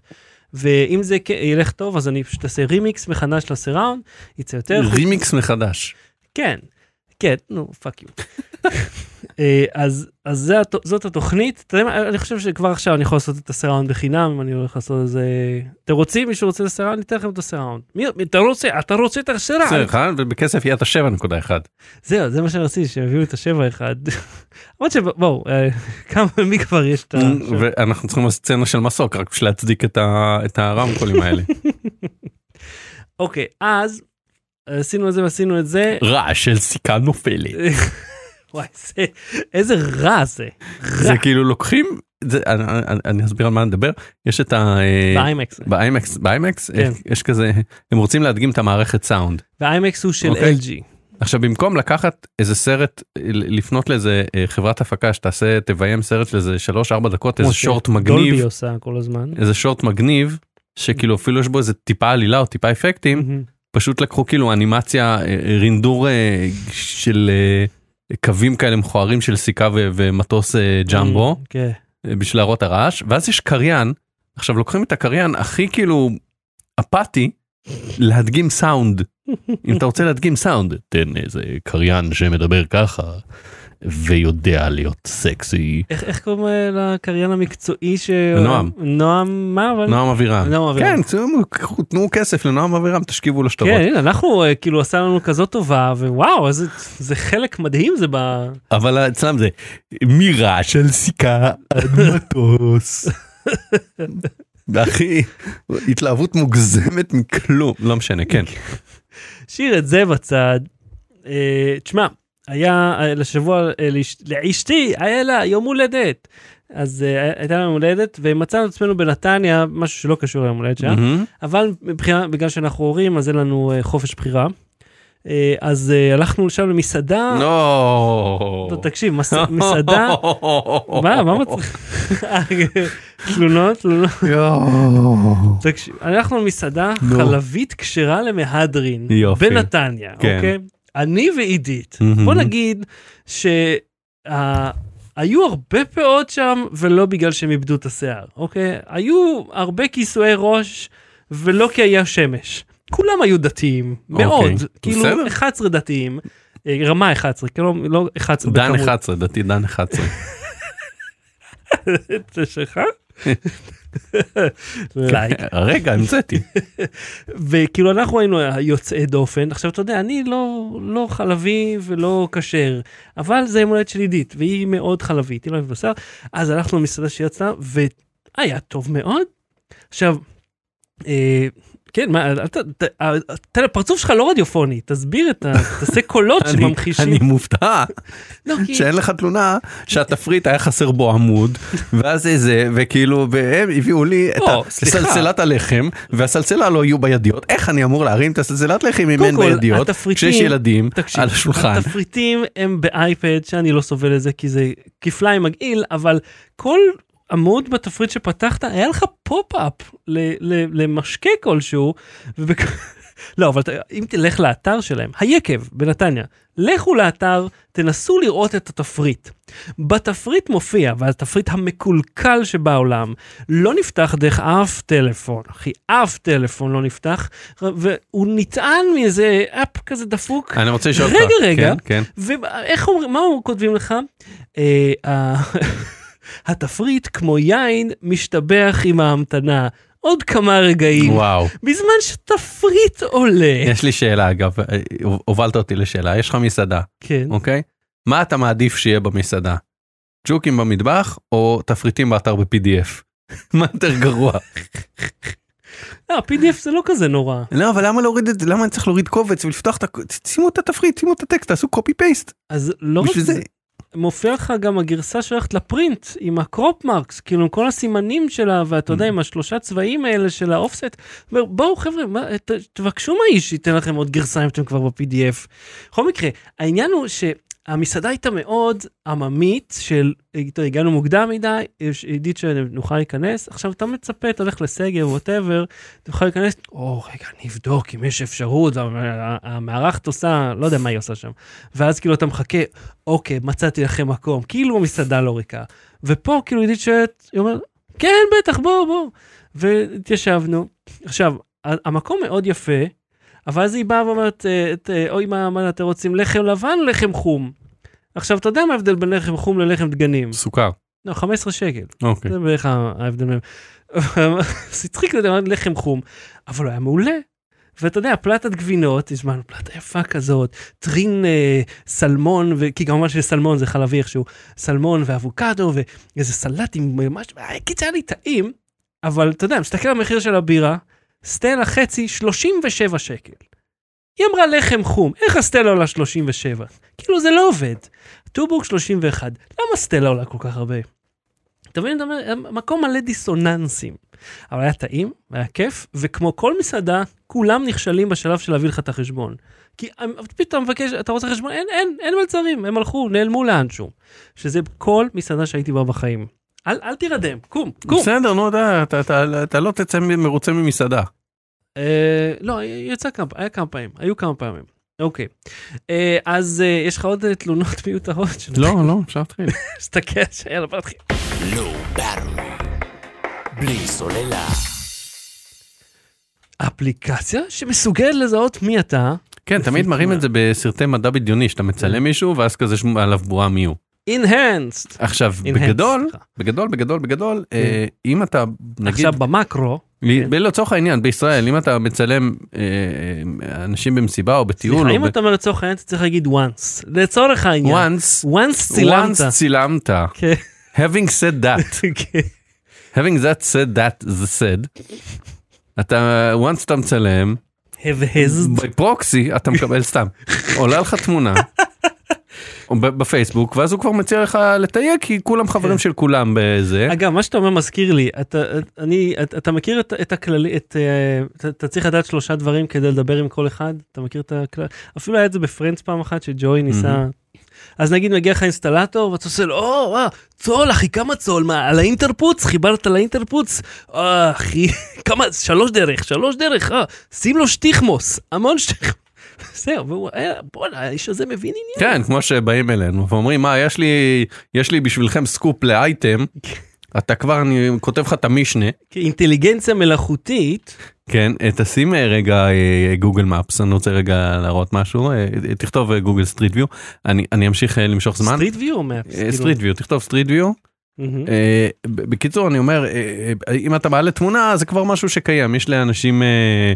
A: ואם זה כ- ילך טוב, אז אני פשוט אעשה רימיקס מחדש לסיראונד, יצא יותר.
B: רימיקס מחדש.
A: כן, כן, נו, פאק יו. אה, אז, אז זה, הת- זאת התוכנית, אתה יודע מה, אני חושב שכבר עכשיו אני יכול לעשות את הסיראונד בחינם, אם אני הולך לעשות איזה... אתם רוצים, מישהו רוצה את הסיראונד? ניתן לכם את הסיראונד. מי, מי- אתה רוצה, אתה רוצה את
B: בסדר,
A: הסיראונד?
B: נכון? ובכסף יהיה את ה-7.1.
A: זהו, זה מה שרציתי, שיביאו את השבע אחד. למרות שבואו, אה, כמה, מי כבר יש את ה...
B: אה, ואנחנו צריכים לעשות סצנה של מסוק רק בשביל להצדיק את ה- את הרמקולים האלה.
A: אוקיי, אז אה, עשינו את זה ועשינו את זה.
B: רעש של סיכה נופלת.
A: וואי, זה, איזה רע זה.
B: זה
A: רע.
B: כאילו לוקחים זה אני- אני- אני אסביר על מה נדבר יש את ה... אה,
A: באיימקס.
B: באיימקס באיימקס
A: כן.
B: יש כזה הם רוצים להדגים את המערכת סאונד
A: והאיימקס הוא של
B: אוקיי.
A: LG.
B: עכשיו במקום לקחת איזה סרט אה, לפנות לאיזה אה, חברת הפקה שתעשה תביים סרט של איזה 3-4 דקות
A: כמו
B: איזה שורט
A: דולבי
B: מגניב
A: עושה כל הזמן.
B: איזה שורט מגניב שכאילו אפילו יש בו איזה טיפה עלילה או טיפה אפקטים
A: מהמם.
B: פשוט לקחו כאילו אנימציה אה, אה, רינדור אה, של אה, קווים כאלה מכוערים של סיכה ו- ומטוס אה, ג'מבו. אה,
A: כן.
B: בשביל להראות את הרעש ואז יש קריין עכשיו לוקחים את הקריין הכי כאילו אפאתי להדגים סאונד אם אתה רוצה להדגים סאונד תן איזה קריין שמדבר ככה ויודע להיות סקסי.
A: איך, איך קוראים אה, לקריין המקצועי ש...
B: נועם.
A: נועם, מה אבל?
B: נועם אבירם.
A: נועם אבירם.
B: כן, תנו- תנו כסף לנועם אבירם, תשכיבו לו שטרות.
A: כן, הנה, אנחנו, אה, כאילו, עשה לנו כזאת טובה, ווואו, איזה, זה חלק מדהים זה ב...
B: אבל אצלם זה מירה של סיכה עד מטוס. אחי, התלהבות מוגזמת מכלום. לא משנה, כן.
A: שיר את זה בצד. אה, תשמע, היה אה, לשבוע, אה, לאש- לאשתי, היה לה יום הולדת. אז אה, היה- הייתה לה יום הולדת, ומצאנו את עצמנו בנתניה, משהו שלא קשור ליום הולדת שלה,
B: מהמם.
A: אבל מבחינה, בגלל שאנחנו הורים, אז אין לנו אה, חופש בחירה. אה, אז אה, הלכנו לשם למסעדה.
B: לא.
A: טוב, תקשיב, מס- מסעדה, מה, מה מצחיק? תלונות, תלונות.
B: יואו.
A: תקשיב, אנחנו מסעדה
B: נו.
A: חלבית כשרה למהדרין,
B: יופי.
A: בנתניה,
B: כן.
A: אוקיי? אני ועידית,
B: מהמם.
A: בוא נגיד שהיו הרבה פאות שם ולא בגלל שהם איבדו את השיער, אוקיי? היו הרבה כיסויי ראש ולא כי היה שמש. כולם היו דתיים, מאוד,
B: אוקיי, בסדר.
A: כאילו 11 דתיים, אה, רמה 11, כאילו לא 11
B: דן
A: בכמות.
B: 11, דתי דן 11.
A: זה שלך? לייק.
B: רגע, המצאתי.
A: וכאילו אנחנו היינו יוצאי דופן, עכשיו אתה יודע, אני לא, לא חלבי ולא כשר, אבל זה יום הולדת של עידית, והיא מאוד חלבית, היא לא אוהבת בשר, אז הלכנו למסעדה שיצאה, והיה טוב מאוד. עכשיו, אה, כן, מה, אל ת- ת- אה, תראה, הפרצוף שלך לא רדיופוני, תסביר את ה... תעשה קולות
B: אני- אני
A: שממחישים.
B: מופתע
A: לא, כי-
B: שאין לך תלונה שהתפריט היה חסר בו עמוד ואז איזה וכאילו והם הביאו לי את
A: או,
B: ה-
A: לא, סליחה.
B: סלסלת הלחם והסלסלה לא יהיו בידיות איך אני אמור להרים את הסלסלת לחם אם
A: קודם
B: אין
A: כל,
B: בידיות
A: התפריטים-
B: כשיש ילדים
A: תקשיב,
B: על השולחן.
A: התפריטים הם באייפד שאני לא סובל את זה כי זה כפליים מגעיל אבל כל עמוד בתפריט שפתחת היה לך פופ-אפ ל- ל- למשקה כלשהו. ובק... לא אבל ת- אם תלך לאתר שלהם היקב בנתניה לכו לאתר תנסו לראות את התפריט. בתפריט מופיע והתפריט המקולקל שבעולם לא נפתח דרך אף טלפון אחי אף טלפון לא נפתח והוא נטען מאיזה אפ כזה דפוק.
B: אני רוצה לשאול אותך.
A: רגע, רגע.
B: כן, כן.
A: ואיך אומרים, מה הוא כותבים לך? אה, ה- התפריט כמו יין משתבח עם ההמתנה עוד כמה רגעים,
B: וואו.
A: בזמן שתפריט עולה.
B: יש לי שאלה אגב אה, הובלת אותי לשאלה יש לך מסעדה
A: כן.
B: אוקיי מה אתה מעדיף שיהיה במסעדה. ג'וקים במטבח או תפריטים באתר ב-PDF. מה יותר גרוע?
A: לא, pdf זה לא כזה נורא.
B: לא, אבל למה להוריד את זה? למה אני צריך להוריד קובץ ולפתוח את ה... שימו את התפריט, שימו את הטקסט, תעשו קופי פייסט.
A: אז לא רק
B: בשביל
A: זה,
B: זה.
A: מופיע לך גם הגרסה שהולכת לפרינט עם הקרופ מרקס, כאילו עם כל הסימנים שלה, ואתה יודע, עם השלושה צבעים האלה של האופסט. אומר, בואו חבר'ה, מה, ת- תבקשו מהאיש שייתן לכם עוד גרסה אם אתם כבר ב-PDF. בכל מקרה, העניין הוא שהמסעדה הייתה מאוד עממית של, אתה יודע, הגענו מוקדם מדי, יש- עידית שנוכל להיכנס, עכשיו אתה מצפה, אתה הולך לסגר, ווטאבר, תוכל להיכנס, או רגע, אני אבדוק אם יש אפשרות, וה- וה- המארחת עושה, לא יודע מה היא עושה שם. ואז כאילו אתה מחכה, אוקיי, מצאתי לכם מקום, כאילו המסעדה לא ריקה. ופה כאילו עידית שואלת, היא אומרת, כן, בטח, בוא, בוא. והתיישבנו. עכשיו, ה- המקום מאוד יפה, אבל אז היא באה ואומרת, אה, ת- אה, אוי, מה, מה אתם רוצים, לחם לבן או לחם חום? עכשיו, אתה יודע מה ההבדל בין לחם חום ללחם דגנים?
B: סוכר.
A: לא, 15 שקל.
B: אוקיי.
A: זה בערך ההבדל מהם. אז הצחיק אותי, אמרתי לחם חום, אבל הוא היה מעולה. ואתה יודע, פלטת גבינות, הזמנו פלטה יפה כזאת, טרין אה, סלמון, ו... כי כמובן שסלמון זה חלבי איכשהו, סלמון ואבוקדו ואיזה סלט עם אה, משהו, אה, קיצר היה לי טעים, אבל אתה יודע, מסתכל על המחיר של הבירה, סטלה חצי, 37 שקל. היא אמרה לחם חום, איך הסטלה עולה 37? כאילו זה לא עובד. טובורג 31, למה סטלה עולה כל כך הרבה? אתה מבין, אתה אומר, מקום מלא דיסוננסים. אבל היה טעים, היה כיף, וכמו כל מסעדה, כולם נכשלים בשלב של להביא לך את החשבון. כי הם- פתאום אתה מבקש, אתה רוצה חשבון, אין, אין, אין מלצרים, הם הלכו, נעלמו לאנשהו. שזה כל מסעדה שהייתי בה בחיים. אל, אל תירדם, קום, קום.
B: בסדר, נו, אתה- אתה- אתה- אתה לא תצא מרוצה ממסעדה.
A: אה, לא, יצא כמה, היה כמה פעמים, היו כמה פעמים. אוקיי. אה, אז אה, יש לך עוד אה, תלונות מיותרות?
B: לא, לא, אפשר להתחיל.
A: שתקע, שיאללה, בוא נתחיל.
C: לואו לא, ברור. בלי סוללה.
A: אפליקציה שמסוגלת לזהות מי אתה,
B: כן, תמיד מראים את זה בסרטי מדע בדיוני, שאתה
A: כן.
B: מצלם מישהו, ואז כזה יש עליו בועה מי הוא.
A: Enhanced.
B: עכשיו,
A: Enhanced,
B: בגדול,
A: סליחה.
B: בגדול, בגדול, בגדול, אה, אם אתה, נגיד,
A: כן. עכשיו כן. במקרו,
B: ל- ב- לצורך העניין, בישראל, אם אתה מצלם אה, אה, אנשים במסיבה או בטיול,
A: סליחה,
B: או
A: אם אתה אומר לצורך העניין, אתה צריך להגיד once. לצורך העניין.
B: once,
A: once
B: once
A: צילמת.
B: צילמת,
A: כן,
B: having said that,
A: כן.
B: having that said that the said, אתה, once אתה מצלם,
A: הבהזת.
B: בפרוקסי אתה מקבל סתם, עולה לך תמונה. או ב- בפייסבוק ואז הוא כבר מציע לך לתייג כי כולם חברים של כולם בזה.
A: אגב, מה שאתה אומר מזכיר לי, אתה, אני, אתה, אתה מכיר את, את הכללי, את, אה, אתה, אתה צריך לדעת שלושה דברים כדי לדבר עם כל אחד? אתה מכיר את הכלל? אפילו היה את זה בפרנדס פעם אחת שג'וי ניסה... אז נגיד מגיע לך אינסטלטור ואתה עושה לו, או, וואה, צול אחי, כמה צול, מה, על האינטרפוץ? חיברת לאינטרפוץ? אה, אחי, כמה, שלוש דרך, שלוש דרך, אה, שים לו שטיחמוס, המון שטיחמוס. זהו, והוא, אה, בואנה, האיש הזה מבין עניין.
B: כן כמו שבאים אלינו ואומרים מה יש לי יש לי בשבילכם סקופ לאייטם אתה כבר אני כותב לך את המשנה
A: אינטליגנציה מלאכותית,
B: כן אה, תשים אה, רגע אה, גוגל מפס אני רוצה רגע להראות משהו אה, אה, תכתוב אה, גוגל סטריט ויו אני אני אמשיך אה, למשוך זמן אה,
A: סטריט ויו או מאפס? כאילו?
B: סטריט ויו תכתוב סטריט ויו
A: מהמם.
B: אה, ב- בקיצור אני אומר אה, אה, אם אתה מעלה תמונה זה כבר משהו שקיים יש לאנשים אה,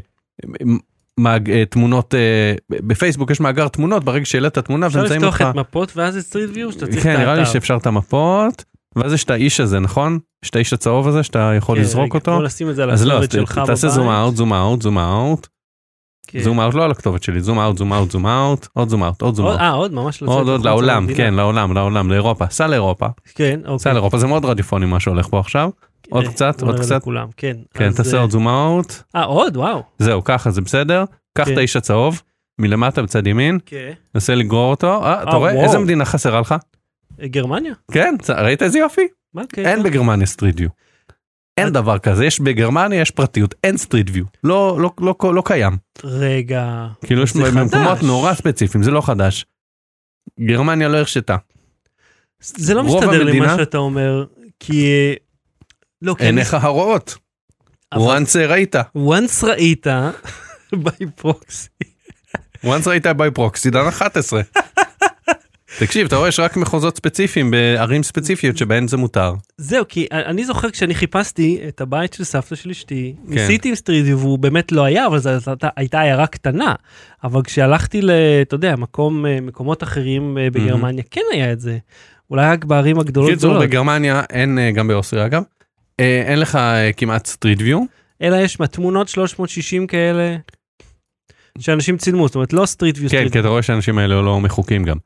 B: מ- מאג- אה, תמונות אה, ב- בפייסבוק יש מאגר תמונות ברגע שהעלית תמונה
A: אפשר
B: ומצאים
A: לפתוח
B: אותך.
A: את מפות ואז את סטריט ויו שאתה צריך את
B: כן נראה לי
A: האתר.
B: שאפשר את המפות ואז יש את האיש הזה נכון? יש את האיש הצהוב הזה שאתה יכול
A: כן,
B: לזרוק
A: רגע,
B: אותו.
A: בוא נשים את זה על
B: אז לא, אז
A: הכתובת
B: ת-
A: שלך בבית.
B: תעשה זום אאוט, זום אאוט, זום אאוט,
A: כן.
B: זום אאוט לא על הכתובת שלי, זום אאוט, זום אאוט, זום אאוט, עוד זום אאוט, עוד זום
A: עוד-
B: אאוט,
A: אה, עוד ממש לצאת
B: עוד עוד
A: לחוץ
B: לעולם,
A: מהמדינה.
B: כן לעולם, לעולם, לאירופה, סע לאירופה,
A: כן, אוקיי.
B: סע לאירופה, זה מאוד רדיופוני מה שהולך פה עכשיו, עוד
A: אה,
B: קצת,
A: בוא
B: עוד
A: נראה
B: קצת.
A: לכולם, כן.
B: כן,
A: אז,
B: תעשה
A: אה,
B: עוד זום אאוט,
A: אה, עוד? וואו.
B: זהו, ככה זה בסדר. קח
A: כן.
B: את האיש הצהוב, מלמטה בצד ימין,
A: כן.
B: נסה לגרור אותו. אה, אתה
A: אה,
B: רואה
A: וואו.
B: איזה מדינה חסרה לך?
A: אה, גרמניה?
B: כן, צ- ראית איזה יופי?
A: מה כן. הקטע?
B: אין בגרמניה סטריט ויו.
A: אה.
B: אין דבר כזה, יש בגרמניה יש פרטיות, אין סטריט ויו. לא, לא, לא, לא, לא קיים.
A: רגע.
B: כאילו יש
A: זה
B: במקומות
A: חדש.
B: נורא ספציפיים, זה לא חדש. גרמניה לא הרשתה.
A: זה לא
B: רוב
A: מסתדר לי מה
B: המדינה-
A: שאתה אומר, כי... אה, לא, כי...
B: עיניך הרואות.
A: אבל-
B: once ראית.
A: once ראית, ביי פרוקסי.
B: once ראית by proxy, דן 11. תקשיב, אתה רואה יש רק מחוזות ספציפיים בערים ספציפיות שבהן זה מותר.
A: זהו, כי אני זוכר כשאני חיפשתי את הבית של סבתא של אשתי,
B: כן.
A: ניסיתי עם סטריט ויו והוא באמת לא היה, אבל זו הייתה- הייתה עיירה קטנה. אבל כשהלכתי ל... אתה יודע, מקום, אה, מקומות אחרים אה, בגרמניה, כן היה את זה. אולי רק בערים הגדולות
B: קיצור
A: גדולות,
B: בגרמניה אין אה, גם באוסטריה אגב אה, אין לך אה, כמעט סטריט ויו
A: אלא יש מה, תמונות 360 כאלה, שאנשים צילמו, זאת אומרת, לא סטריט ויו,
B: כן
A: סטריט
B: כי אתה רואה שהאנשים האלה לא מחוקים גם.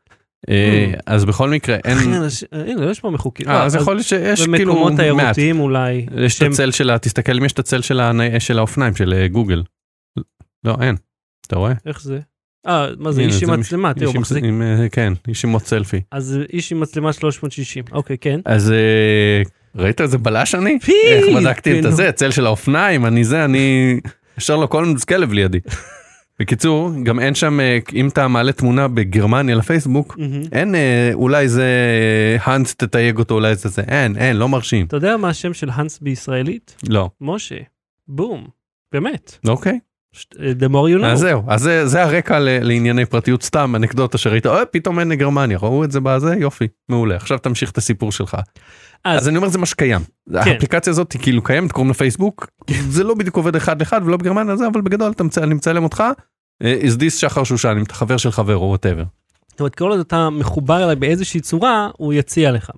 B: אה,
A: Mm.
B: אז בכל מקרה אין
A: אחי, אנשים- הנה, יש פה מחוקים.
B: אה, אז יכול להיות שיש כאילו
A: במקומות
B: מעט
A: לא, תיירותיים אולי.
B: יש את
A: שהם-
B: הצל של ה... תסתכל אם יש את הצל של ה- של האופניים של אה, גוגל. לא אין. אתה רואה?
A: איך זה? אה, מה זה,
B: הנה,
A: איש
B: זה
A: עם
B: מש-
A: מצלמה, תראו,
B: איש עם-
A: מחזיק.
B: עם, אה, כן איש עם מוט סלפי
A: אז איש עם מצלמה 360, אוקיי, כן.
B: אז אה, ראית איזה בלש אני?
A: פי!
B: איך בדקתי את
A: כן, נו.
B: הזה, הצל של האופניים, אני זה, אני... ישר לו כל כלב לידי. בקיצור, גם אין שם, אה, אם אתה מעלה תמונה בגרמניה לפייסבוק,
A: מהמם.
B: אין אה, אולי זה האנס תתייג אותו, אולי זה זה, אין, אין, לא מרשים.
A: אתה יודע מה השם של האנס בישראלית?
B: לא.
A: משה. בום. באמת.
B: אוקיי.
A: ש- The more you
B: אז
A: know.
B: זהו, אז זה- זה הרקע ל- לענייני פרטיות סתם, אנקדוטה שראית, אוי, פתאום אין לגרמניה, ראו את זה בזה, יופי, מעולה. עכשיו תמשיך את הסיפור שלך.
A: אז- כן.
B: אז אני אומר, זה מה שקיים. האפליקציה הזאת היא כאילו קיימת, קוראים לה פייסבוק, זה לא בדיוק עובד אחד לאחד ולא בגרמניה זה, אבל בגדול אתה מצ- אני מצלם אותך, אה, is this שחר שושן, אם אתה חבר של חבר או וואטאבר.
A: זאת אומרת, כל עוד אתה מחובר אליי באיזושהי צורה, הוא יציע לך.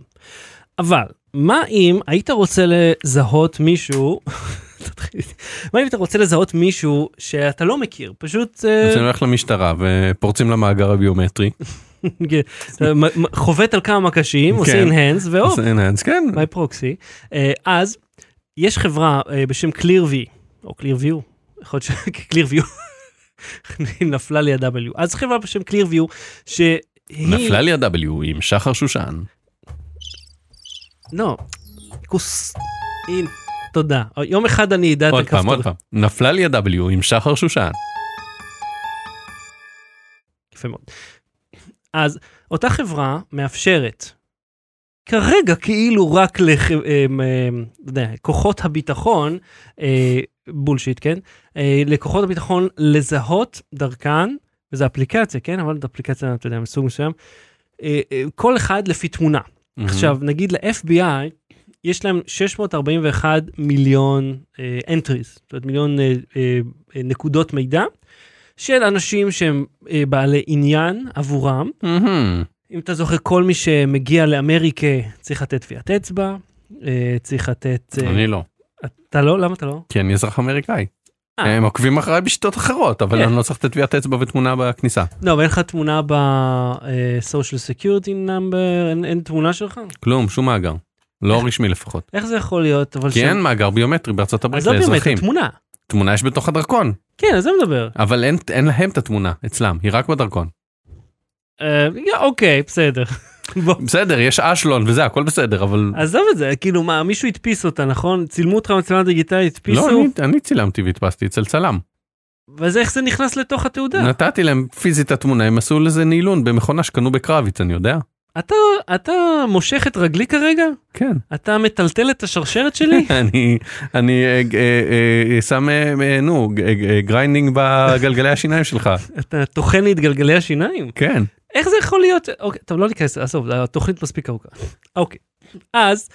A: אבל, מה אם היית רוצה לזהות מישהו, תתחיל. מה אם אתה רוצה לזהות מישהו שאתה לא מכיר, פשוט אה,
B: אז אני הולך למשטרה ופורצים למאגר הביומטרי.
A: כן, אה, מ- מ- חובט על כמה מקשים, עושה
B: כן.
A: אינהנס, והופ,
B: אז הנה, אז כן,
A: by proxy. אה, אז יש חברה אה, בשם ClearV, או ClearView, יכול להיות ש... ClearView, נפלה לי ה-W. אז חברה בשם ClearView, שהיא...
B: נפלה לי ה-W עם שחר שושן.
A: לא, כוס... אין. תודה. יום אחד אני אדע את
B: עוד
A: הכפתור.
B: פעם, עוד פעם, נפלה לי ה-W עם שחר שושן.
A: יפה מאוד. אז אותה חברה מאפשרת כרגע כאילו רק אה, לכוחות הביטחון, אה, בולשיט כן, אה, לכוחות הביטחון לזהות דרכן וזה אפליקציה, כן? אבל זאת אפליקציה, אתה יודע, מסוג מסוים. אה, אה, כל אחד לפי תמונה. עכשיו, נגיד ל-FBI, יש להם 641 מיליון אה, entries, זאת אומרת מיליון אה, אה, אה, נקודות מידע, של אנשים שהם אה, בעלי עניין עבורם.
B: מהמם.
A: אם אתה זוכר, כל מי שמגיע לאמריקה צריך לתת טביעת אצבע, אה, צריך לתת... אה,
B: אני לא,
A: אתה לא? למה אתה לא?
B: כי אני אזרח אמריקאי.
A: אה.
B: הם עוקבים אחריי בשיטות אחרות, אבל
A: כן.
B: אני לא צריך את טביעת אצבע ותמונה בכניסה.
A: לא, אבל אין לך תמונה ב-social security number, אין, אין תמונה שלך?
B: כלום, שום מאגר. לא רשמי לפחות.
A: איך אה. זה לא יכול להיות? אבל
B: כי אין מאגר ביומטרי בארצות הברית
A: עזוב באמת,
B: כן, לאזרחים.
A: התמונה.
B: תמונה יש בתוך הדרכון,
A: כן, על זה מדבר.
B: אבל אין- אין להם את התמונה אצלם, היא רק בדרכון.
A: אה, אוקיי, בסדר. בוא.
B: בסדר, יש אשלון וזה, הכל בסדר, אבל... לא,
A: עזוב את זה, כאילו מה, מישהו הדפיס אותה, נכון? צילמו אותך במצלמה דיגיטלית,
B: לא,
A: הדפיסו,
B: אני- אני צילמתי והדפסתי אצל צלם.
A: ואז איך זה נכנס לתוך התעודה?
B: נתתי להם פיזית את התמונה, הם עשו לזה נילון במכונה שקנו בקרביץ, אני יודע.
A: אתה, אתה מושך את רגלי כרגע?
B: כן.
A: אתה מטלטל את השרשרת שלי?
B: אני אני אה, אה, אה, שם אה, אה, נו ג- אה, אה, גריינדינג בגלגלי השיניים שלך
A: אתה טוחן לי את גלגלי השיניים?
B: כן
A: איך זה יכול להיות? אוקיי, טוב, לא ניכנס, עזוב, התוכנית מספיק ארוכה. אוקיי, אז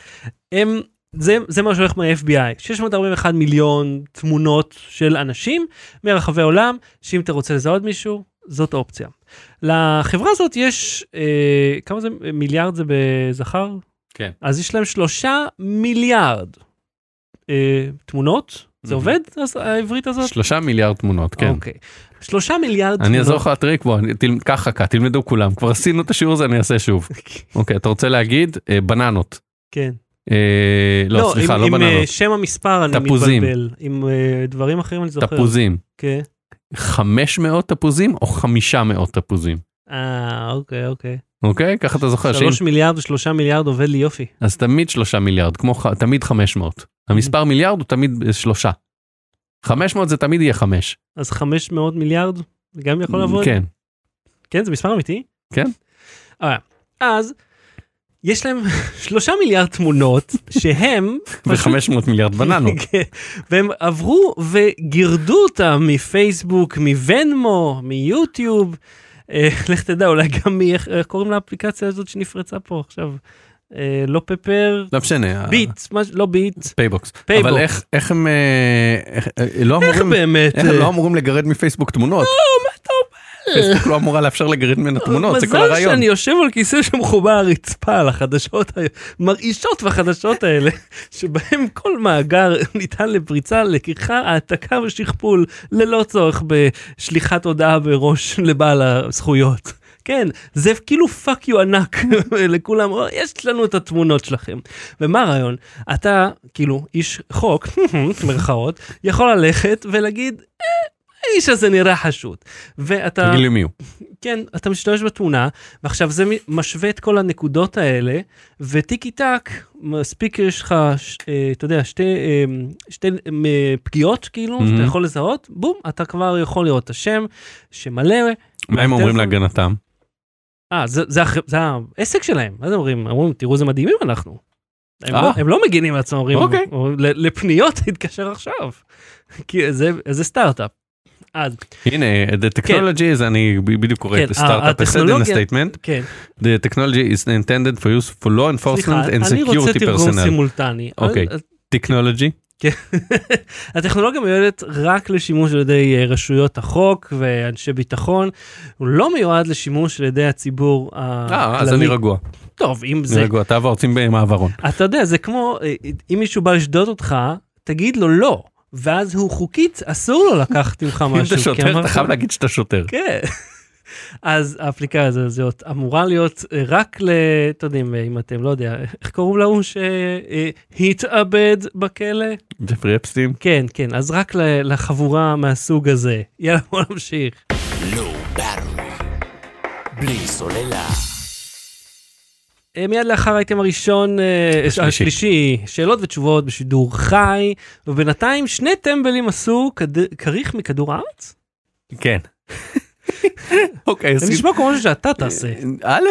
A: הם, זה, זה מה שהולך מה-FBI, 641 מיליון תמונות של אנשים מרחבי העולם, שאם אתה רוצה לזהות מישהו, זאת אופציה. לחברה הזאת יש, אה, כמה זה, מיליארד זה בזכר?
B: כן.
A: אז יש להם שלושה מיליארד אה, תמונות, זה
B: Mhm.
A: עובד, אז- העברית הזאת?
B: שלושה מיליארד תמונות כן
A: אוקיי. שלושה מיליארד תמונות.
B: אני אעזור לך לטריק בוא אני- תל- קח חכה תלמדו כולם כבר עשינו את השיעור הזה אני אעשה שוב אוקיי אתה רוצה להגיד אה, בננות
A: כן.
B: אה, לא סליחה
A: עם,
B: לא
A: עם אה,
B: בננות
A: שם המספר אני
B: תפוזים.
A: מתבלבל. עם אה, דברים אחרים אני זוכר.
B: תפוזים
A: כן.
B: 500 תפוזים או 500 תפוזים
A: אה, אוקיי, אוקיי.
B: אוקיי ככה אתה זוכר שאם-
A: שלוש מיליארד ושלושה מיליארד עובד לי יופי.
B: אז תמיד שלושה מיליארד כמו ח- תמיד 500 המספר
A: אוקיי.
B: מיליארד הוא תמיד אה, שלושה. 500 זה תמיד יהיה חמש.
A: אז חמש מאות מיליארד זה גם יכול לעבוד?
B: כן.
A: כן, זה מספר אמיתי?
B: כן.
A: אה, אז יש להם שלושה מיליארד תמונות שהם... פשוט-
B: ו-500 מיליארד בננות.
A: כן. והם עברו וגירדו אותם מפייסבוק, מוונמו, מיוטיוב. אה, לך תדע, אולי גם מ... איך איך קוראים לאפליקציה הזאת שנפרצה פה עכשיו? אה, לא פפר,
B: לא משנה.
A: ביט, מה ש- לא ביט.
B: פייבוקס.
A: פייבוקס.
B: אבל איך- איך הם אה, איך- אה, לא
A: איך
B: אמורים
A: באמת?
B: איך הם
A: אה, לא,
B: לא אמורים לגרד מפייסבוק תמונות? פייסבוק לא אמורה לאפשר לגרד ממנה תמונות, זה כל
A: מזל
B: הרעיון.
A: שאני יושב על כיסא שמחובר הרצפה על החדשות המרעישות והחדשות האלה, שבהם כל מאגר ניתן לפריצה, לקיחה, העתקה ושכפול, ללא צורך בשליחת הודעה בראש לבעל הזכויות. כן, זה כאילו פאק יו ענק לכולם, "או, יש לנו את התמונות שלכם. ומה הרעיון? אתה, כאילו, איש חוק, מירכאות, יכול ללכת ולהגיד, "אה, האיש הזה נראה חשוד. ואתה...
B: תגיד לי מי הוא.
A: כן, אתה משתמש בתמונה, ועכשיו זה מ- משווה את כל הנקודות האלה, וטיקי טק, מספיק יש לך, ש- אה, אתה יודע, שתי, אה, שתי אה, פגיעות, כאילו,
B: Mhm.
A: שאתה יכול לזהות, בום, אתה כבר יכול לראות את השם, שמלא,
B: מה הם אומרים
A: מהטלפון?
B: להגנתם?
A: אה, זה, זה, הח- זה העסק שלהם, מה זה אומרים? אומרים, תראו איזה מדהימים אנחנו. הם,
B: אה.
A: לא, הם לא מגינים לעצמם, אומרים,
B: אוקיי.
A: "או- ל- לפניות תתקשר עכשיו, כי זה, זה סטארט-אפ. אז,
B: הנה, uh, the technology is, אני ב- בדיוק קורא את
A: כן,
B: הסטארט-אפ הסדן
A: הטכנולוגיה-
B: הסטייטמנט.
A: כן,
B: The technology is intended for use for law
A: סליחה,
B: enforcement and
A: אני רוצה
B: security
A: תרגום
B: personnel.
A: סימולטני.
B: אוקיי.
A: אל-
B: technology?
A: הטכנולוגיה מיועדת רק לשימוש על ידי אה, רשויות החוק ואנשי ביטחון, הוא לא מיועד לשימוש על ידי הציבור הכללי.
B: אה, אז אני רגוע.
A: טוב, אם
B: אני
A: זה...
B: רגוע, אתה והאורצים במעברון.
A: אתה יודע, זה כמו, אה, אם מישהו בא לשדוד אותך, תגיד לו לא, ואז הוא חוקית, אסור לו לקחת ממך משהו.
B: אם אתה
A: כי
B: שוטר, אתה
A: אמרת-
B: חייב להגיד שאתה שוטר.
A: כן. אז האפליקציה הזאת, הזאת אמורה להיות אה, רק ל... אתם יודעים, אה, אם אתם, לא יודע, איך קוראים להוא שהתאבד בכלא?
B: ג'פרי אפסטין.
A: כן, כן, אז רק ל- לחבורה מהסוג הזה. יאללה, בוא נמשיך.
C: לא ברור. בלי סוללה.
A: אה, מיד לאחר האייטם הראשון, אה,
B: השלישי.
A: השלישי, שאלות ותשובות בשידור חי, ובינתיים שני טמבלים עשו כד- כריך מכדור הארץ?
B: כן. אוקיי, אז
A: זה נשמע כמו משהו שאתה תעשה.
B: אה, א',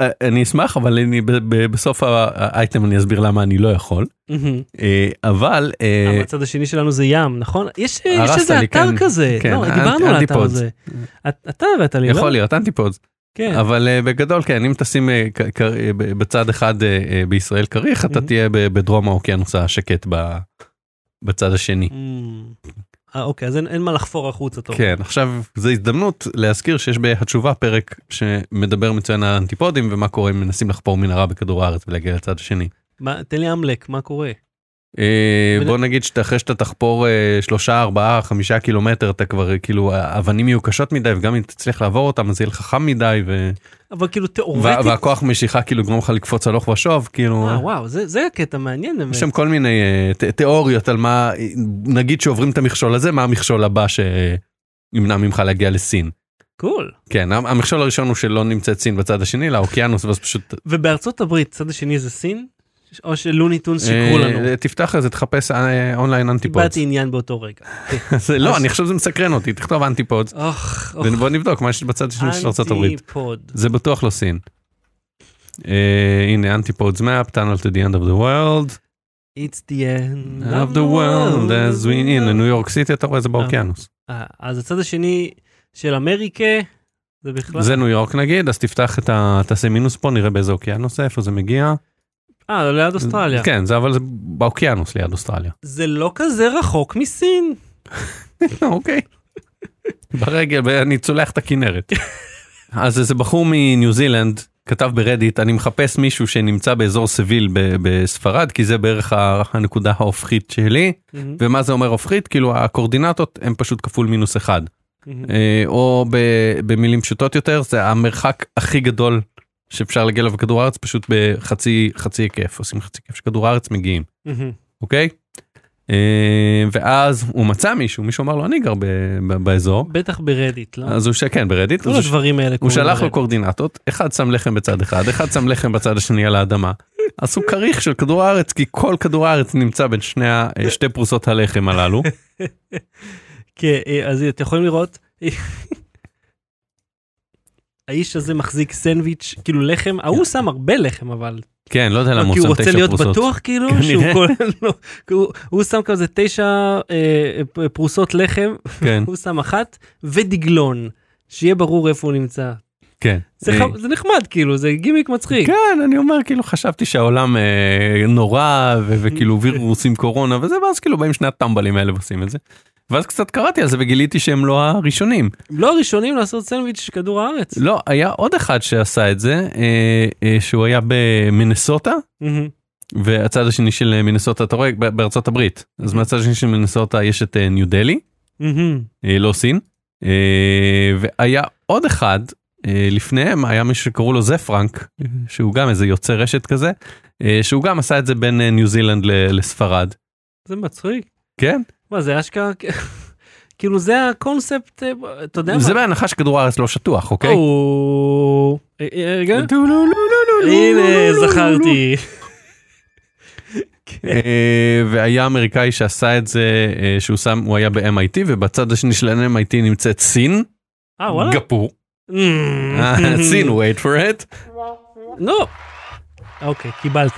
B: אה, אני אשמח, אבל אני ב- ב- בסוף ה- האייטם אני אסביר למה אני לא יכול.
A: מהמם.
B: אה, אבל... אה,
A: אבל הצד השני שלנו זה ים, נכון? יש יש
B: הרסת
A: איזה
B: לי,
A: אתר
B: כן.
A: כזה.
B: כן,
A: לא,
B: אנ-
A: דיברנו על האתר
B: אנטיפודס.
A: הזה. את- אתה הראת לי, לא?
B: יכול להיות אנטיפודס
A: כן.
B: אבל אה, בגדול כן אם תשים אה, ק- ק- אה, ב- בצד אחד אה, אה, בישראל כריך אתה
A: Mhm.
B: תהיה ב- בדרום האוקיינוס השקט ב- בצד השני.
A: אמ, אה, אוקיי, אז אין- אין מה לחפור החוצה טוב.
B: כן עכשיו זו הזדמנות להזכיר שיש בהתשובה פרק שמדבר מצוין על האנטיפודים ומה קורה אם מנסים לחפור מנהרה בכדור הארץ ולהגיע לצד השני.
A: מה- תן לי אמלק, מה קורה?
B: אה,
A: ול-
B: בוא נגיד שאחרי שאתה תחפור אה, שלושה ארבעה חמישה קילומטר אתה כבר אה, כאילו האבנים יהיו קשות מדי וגם אם תצליח לעבור אותם אז יהיה לך חם מדי ו-
A: אבל כאילו
B: וה-
A: תיאורטית...
B: והכוח משיכה כאילו גרם לך לקפוץ הלוך ושוב כאילו.
A: אה, וואו, זה זה הקטע מעניין באמת.
B: יש שם כל מיני אה, ת- תיאוריות על מה אה, נגיד שעוברים את המכשול הזה מה המכשול הבא שימנע ממך להגיע לסין.
A: קול.
B: כן המ- המכשול הראשון הוא שלא נמצאת סין בצד השני אלא האוקיינוס ואז פשוט
A: ובארצות הברית, צד השני זה סין? או שלוני טונס שיקרו
B: אה,
A: לנו?
B: תפתח את זה תחפש אה, אונליין אנטיפודס.
A: איבדתי עניין באותו רגע.
B: זה- לא אני חושב שזה מסקרן אותי תכתוב אנטיפודס
A: אוח, אוח,
B: ובוא נבדוק מה יש בצד השני של ארצות הברית
A: אנטיפוד.
B: זה בטוח לא סין. אה, הנה אנטיפודס map tunnel to the end of the world
A: It's the end
B: of the world as we הנה ניו יורק סיטי אתה רואה זה באוקיינוס.
A: אה, אז הצד השני של אמריקה, זה בכלל...
B: זה ניו יורק נגיד אז תפתח את ה... תעשה מינוס פה נראה באיזה אוקיינוס איפה זה מגיע.
A: אה, ליד אוסטרליה.
B: כן זה אבל זה באוקיינוס ליד אוסטרליה.
A: זה לא כזה רחוק מסין.
B: אוקיי. ברגל ואני צולח את הכנרת. אז איזה בחור מניו זילנד כתב ברדיט אני מחפש מישהו שנמצא באזור סביל ב- בספרד כי זה בערך ה- הנקודה ההופכית שלי
A: מהמם,
B: ומה זה אומר הופכית כאילו הקואורדינטות הם פשוט כפול מינוס אחד
A: מהמם.
B: אה, או ב- במילים פשוטות יותר זה המרחק הכי גדול שאפשר להגיע אליו בכדור הארץ פשוט בחצי חצי היקף עושים חצי היקף של כדור הארץ מגיעים
A: מהמם.
B: אוקיי. אה, ואז הוא מצא מישהו מישהו אמר לו אני גר ב- ב- באזור
A: בטח ברדיט, לא?
B: אז הוא שכן ברדיט
A: כל
B: אז הוא ש-
A: הדברים האלה
B: הוא
A: קורים
B: שלח לו
A: ברדיט.
B: קואורדינטות אחד שם לחם בצד אחד אחד שם לחם בצד השני על האדמה. עשו כריך של כדור הארץ כי כל כדור הארץ נמצא בין שני ה- אה, שתי פרוסות הלחם הללו.
A: כן, אה, אז אתם יכולים לראות. האיש הזה מחזיק סנדוויץ', כאילו לחם, ההוא שם הרבה לחם אבל,
B: כן לא יודע למה הוא
A: כי הוא
B: שם
A: רוצה
B: כן. תשע
A: להיות
B: פרוסות. כן,
A: בטוח כאילו,
B: כנראה.
A: שהוא כולל לו, כי הוא- הוא שם כזה תשע אה, אה, פרוסות לחם,
B: כן
A: הוא שם אחת ודגלון, שיהיה ברור איפה הוא נמצא.
B: כן.
A: זה
B: אה,
A: ח- זה נחמד כאילו, זה גימיק מצחיק.
B: כן, אני אומר, כאילו, חשבתי שהעולם אה, נורא, ו- וכאילו וירוסים קורונה וזה, ואז כאילו באים שני הטמבלים האלה ועושים את זה. ואז קצת קראתי על זה וגיליתי שהם לא הראשונים.
A: הם לא הראשונים לעשות סנדוויץ' כדור הארץ.
B: לא, היה עוד אחד שעשה את זה, אה, אה, שהוא היה במינסוטה,
A: מהמם.
B: והצד השני של מינסוטה, אתה רואה, ב- בארצות הברית. אז מהצד השני של מינסוטה יש את אה, ניו דלהי,
A: מהמם.
B: אה, לא סין. אה, והיה עוד אחד אה, לפניהם היה מישהו שקראו לו זה פרנק שהוא גם איזה יוצא רשת כזה אה, שהוא גם עשה את זה בין אה, ניו זילנד ל- לספרד.
A: זה מצחיק.
B: כן
A: מה זה אשכרה, כאילו זה הקונספט, אה, ב- אתה יודע מה?
B: זה בהנחה שכדור הארץ לא שטוח אוקיי. לא, כן.
A: או... אה, אה, רגע. הנה,
B: הנה
A: זכרתי.
B: אה, והיה אמריקאי שעשה את זה אה, שהוא שם הוא היה ב-MIT ובצד השני של MIT נמצאת סין
A: אה, וואלה?
B: גפור
A: אמ.
B: אה, סין wait for it
A: לא. אוקיי, קיבלת.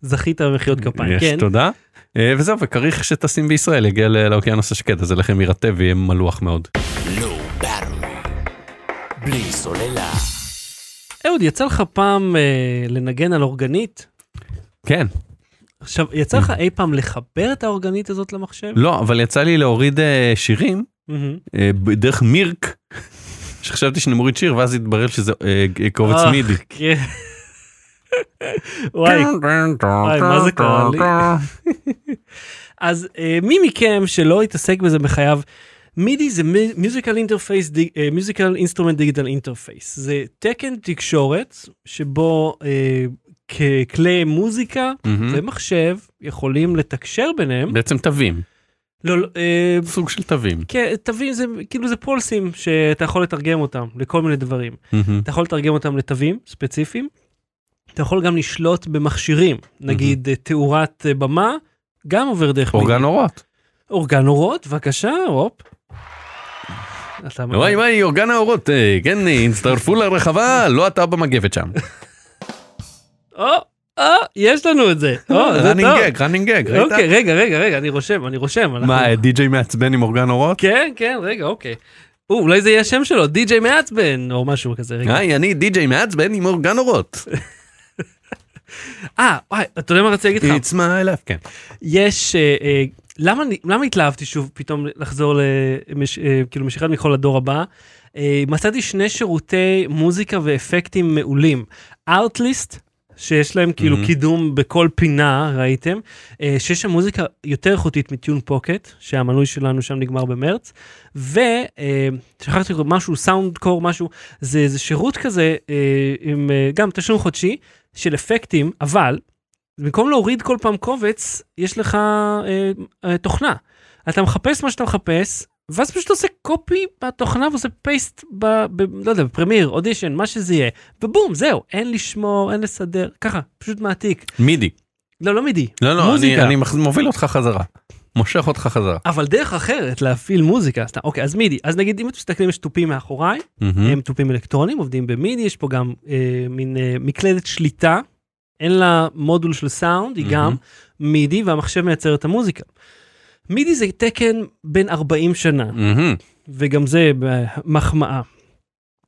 A: זכית במחיאות כפיים,
B: יש
A: כן.
B: תודה. אה, וזהו וכריך שטסים בישראל יגיע ל- לאוקיינוס השקט אז הלחם יירטב ויהיה מלוח מאוד.
C: Low Battery. בלי סוללה.
A: אהוד, יצא לך פעם אה, לנגן על אורגנית?
B: כן
A: עכשיו, יצא לך אי פעם לחבר את האורגנית הזאת למחשב?
B: Mm. לא אבל יצא לי להוריד אה, שירים
A: מהמם.
B: אה, בדרך מירק. שחשבתי שאני מוריד שיר ואז התברר שזה אה, אה, קובץ
A: אה,
B: מידי.
A: כן. וואי, וואי, מה זה קרה לי? אז אה, מי מכם שלא התעסק בזה בחייו, מידי זה מיוזיקל אינטרפייס, מיוזיקל אינסטרומנט דיגיטל אינטרפייס. זה תקן תקשורת שבו אה, ככלי מוזיקה
B: מהמם.
A: ומחשב יכולים לתקשר ביניהם.
B: בעצם תווים
A: לא, לא, אה,
B: סוג של תווים.
A: כן, תווים זה כאילו זה פולסים שאתה יכול לתרגם אותם לכל מיני דברים.
B: מהמם.
A: אתה יכול לתרגם אותם לתווים ספציפיים. אתה יכול גם לשלוט במכשירים, נגיד אה, תאורת אה, במה, גם עובר דרך מידי.
B: אורגן אורות.
A: אורגן אורות, בבקשה, הופ. אתה-
B: וואי וואי, אורגן האורות, אה, כן, אה, הצטרפו לרחבה, לא אתה במגבת שם.
A: אה, או, או, יש לנו את זה. או, זה
B: ראנינג
A: טוב.
B: גג, ראנינג גג,
A: אוקיי,
B: אה, ראית?
A: רגע, רגע, רגע, אני רושם, אני רושם. אנחנו-
B: מה, די.ג'יי מעצבן עם אורגן אורות?
A: כן, כן, רגע, אוקיי. או, אולי זה יהיה השם שלו, די.ג'יי מעצבן, או משהו כזה, רגע.
B: היי, אני די.ג'יי מעצבן עם אורגן אורות.
A: אה, וואי, אתה יודע מה רציתי להגיד לך?
B: It's my life, כן.
A: יש... אה, אה, למה אני- למה התלהבתי שוב פתאום לחזור למשיכת מכל הדור הבא? אה, מצאתי שני שירותי מוזיקה ואפקטים מעולים. Outlist, שיש להם כאילו
B: Mhm.
A: קידום בכל פינה, ראיתם? אה, שיש שם מוזיקה יותר איכותית מטיון פוקט, שהמנוי שלנו שם נגמר במרץ. ושכחתי משהו, סאונד קור, משהו, זה, זה שירות כזה אה, עם אה, גם תשלום חודשי של אפקטים, אבל במקום להוריד כל פעם קובץ, יש לך אה, אה, תוכנה. אתה מחפש מה שאתה מחפש, ואז פשוט עושה קופי בתוכנה ועושה פייסט, ב, ב, לא יודע, בפרמייר, אודישן, מה שזה יהיה, ובום, זהו, אין לשמור, אין לסדר, ככה, פשוט מעתיק.
B: מידי.
A: לא, לא מידי,
B: לא, לא, אני-
A: מוזיקה.
B: אני מח- מוביל אותך חזרה. מושך אותך חזרה.
A: אבל דרך אחרת להפעיל מוזיקה, סתם, אוקיי, אז מידי, אז נגיד אם אתם מסתכלים יש תופים מאחוריי,
B: מהמם.
A: הם תופים אלקטרונים, עובדים במידי, יש פה גם אה, מין אה, מקלדת שליטה, אין לה מודול של סאונד, היא גם מידי, והמחשב מייצר את המוזיקה. מידי זה תקן בן 40 שנה,
B: מהמם.
A: וגם זה מחמאה.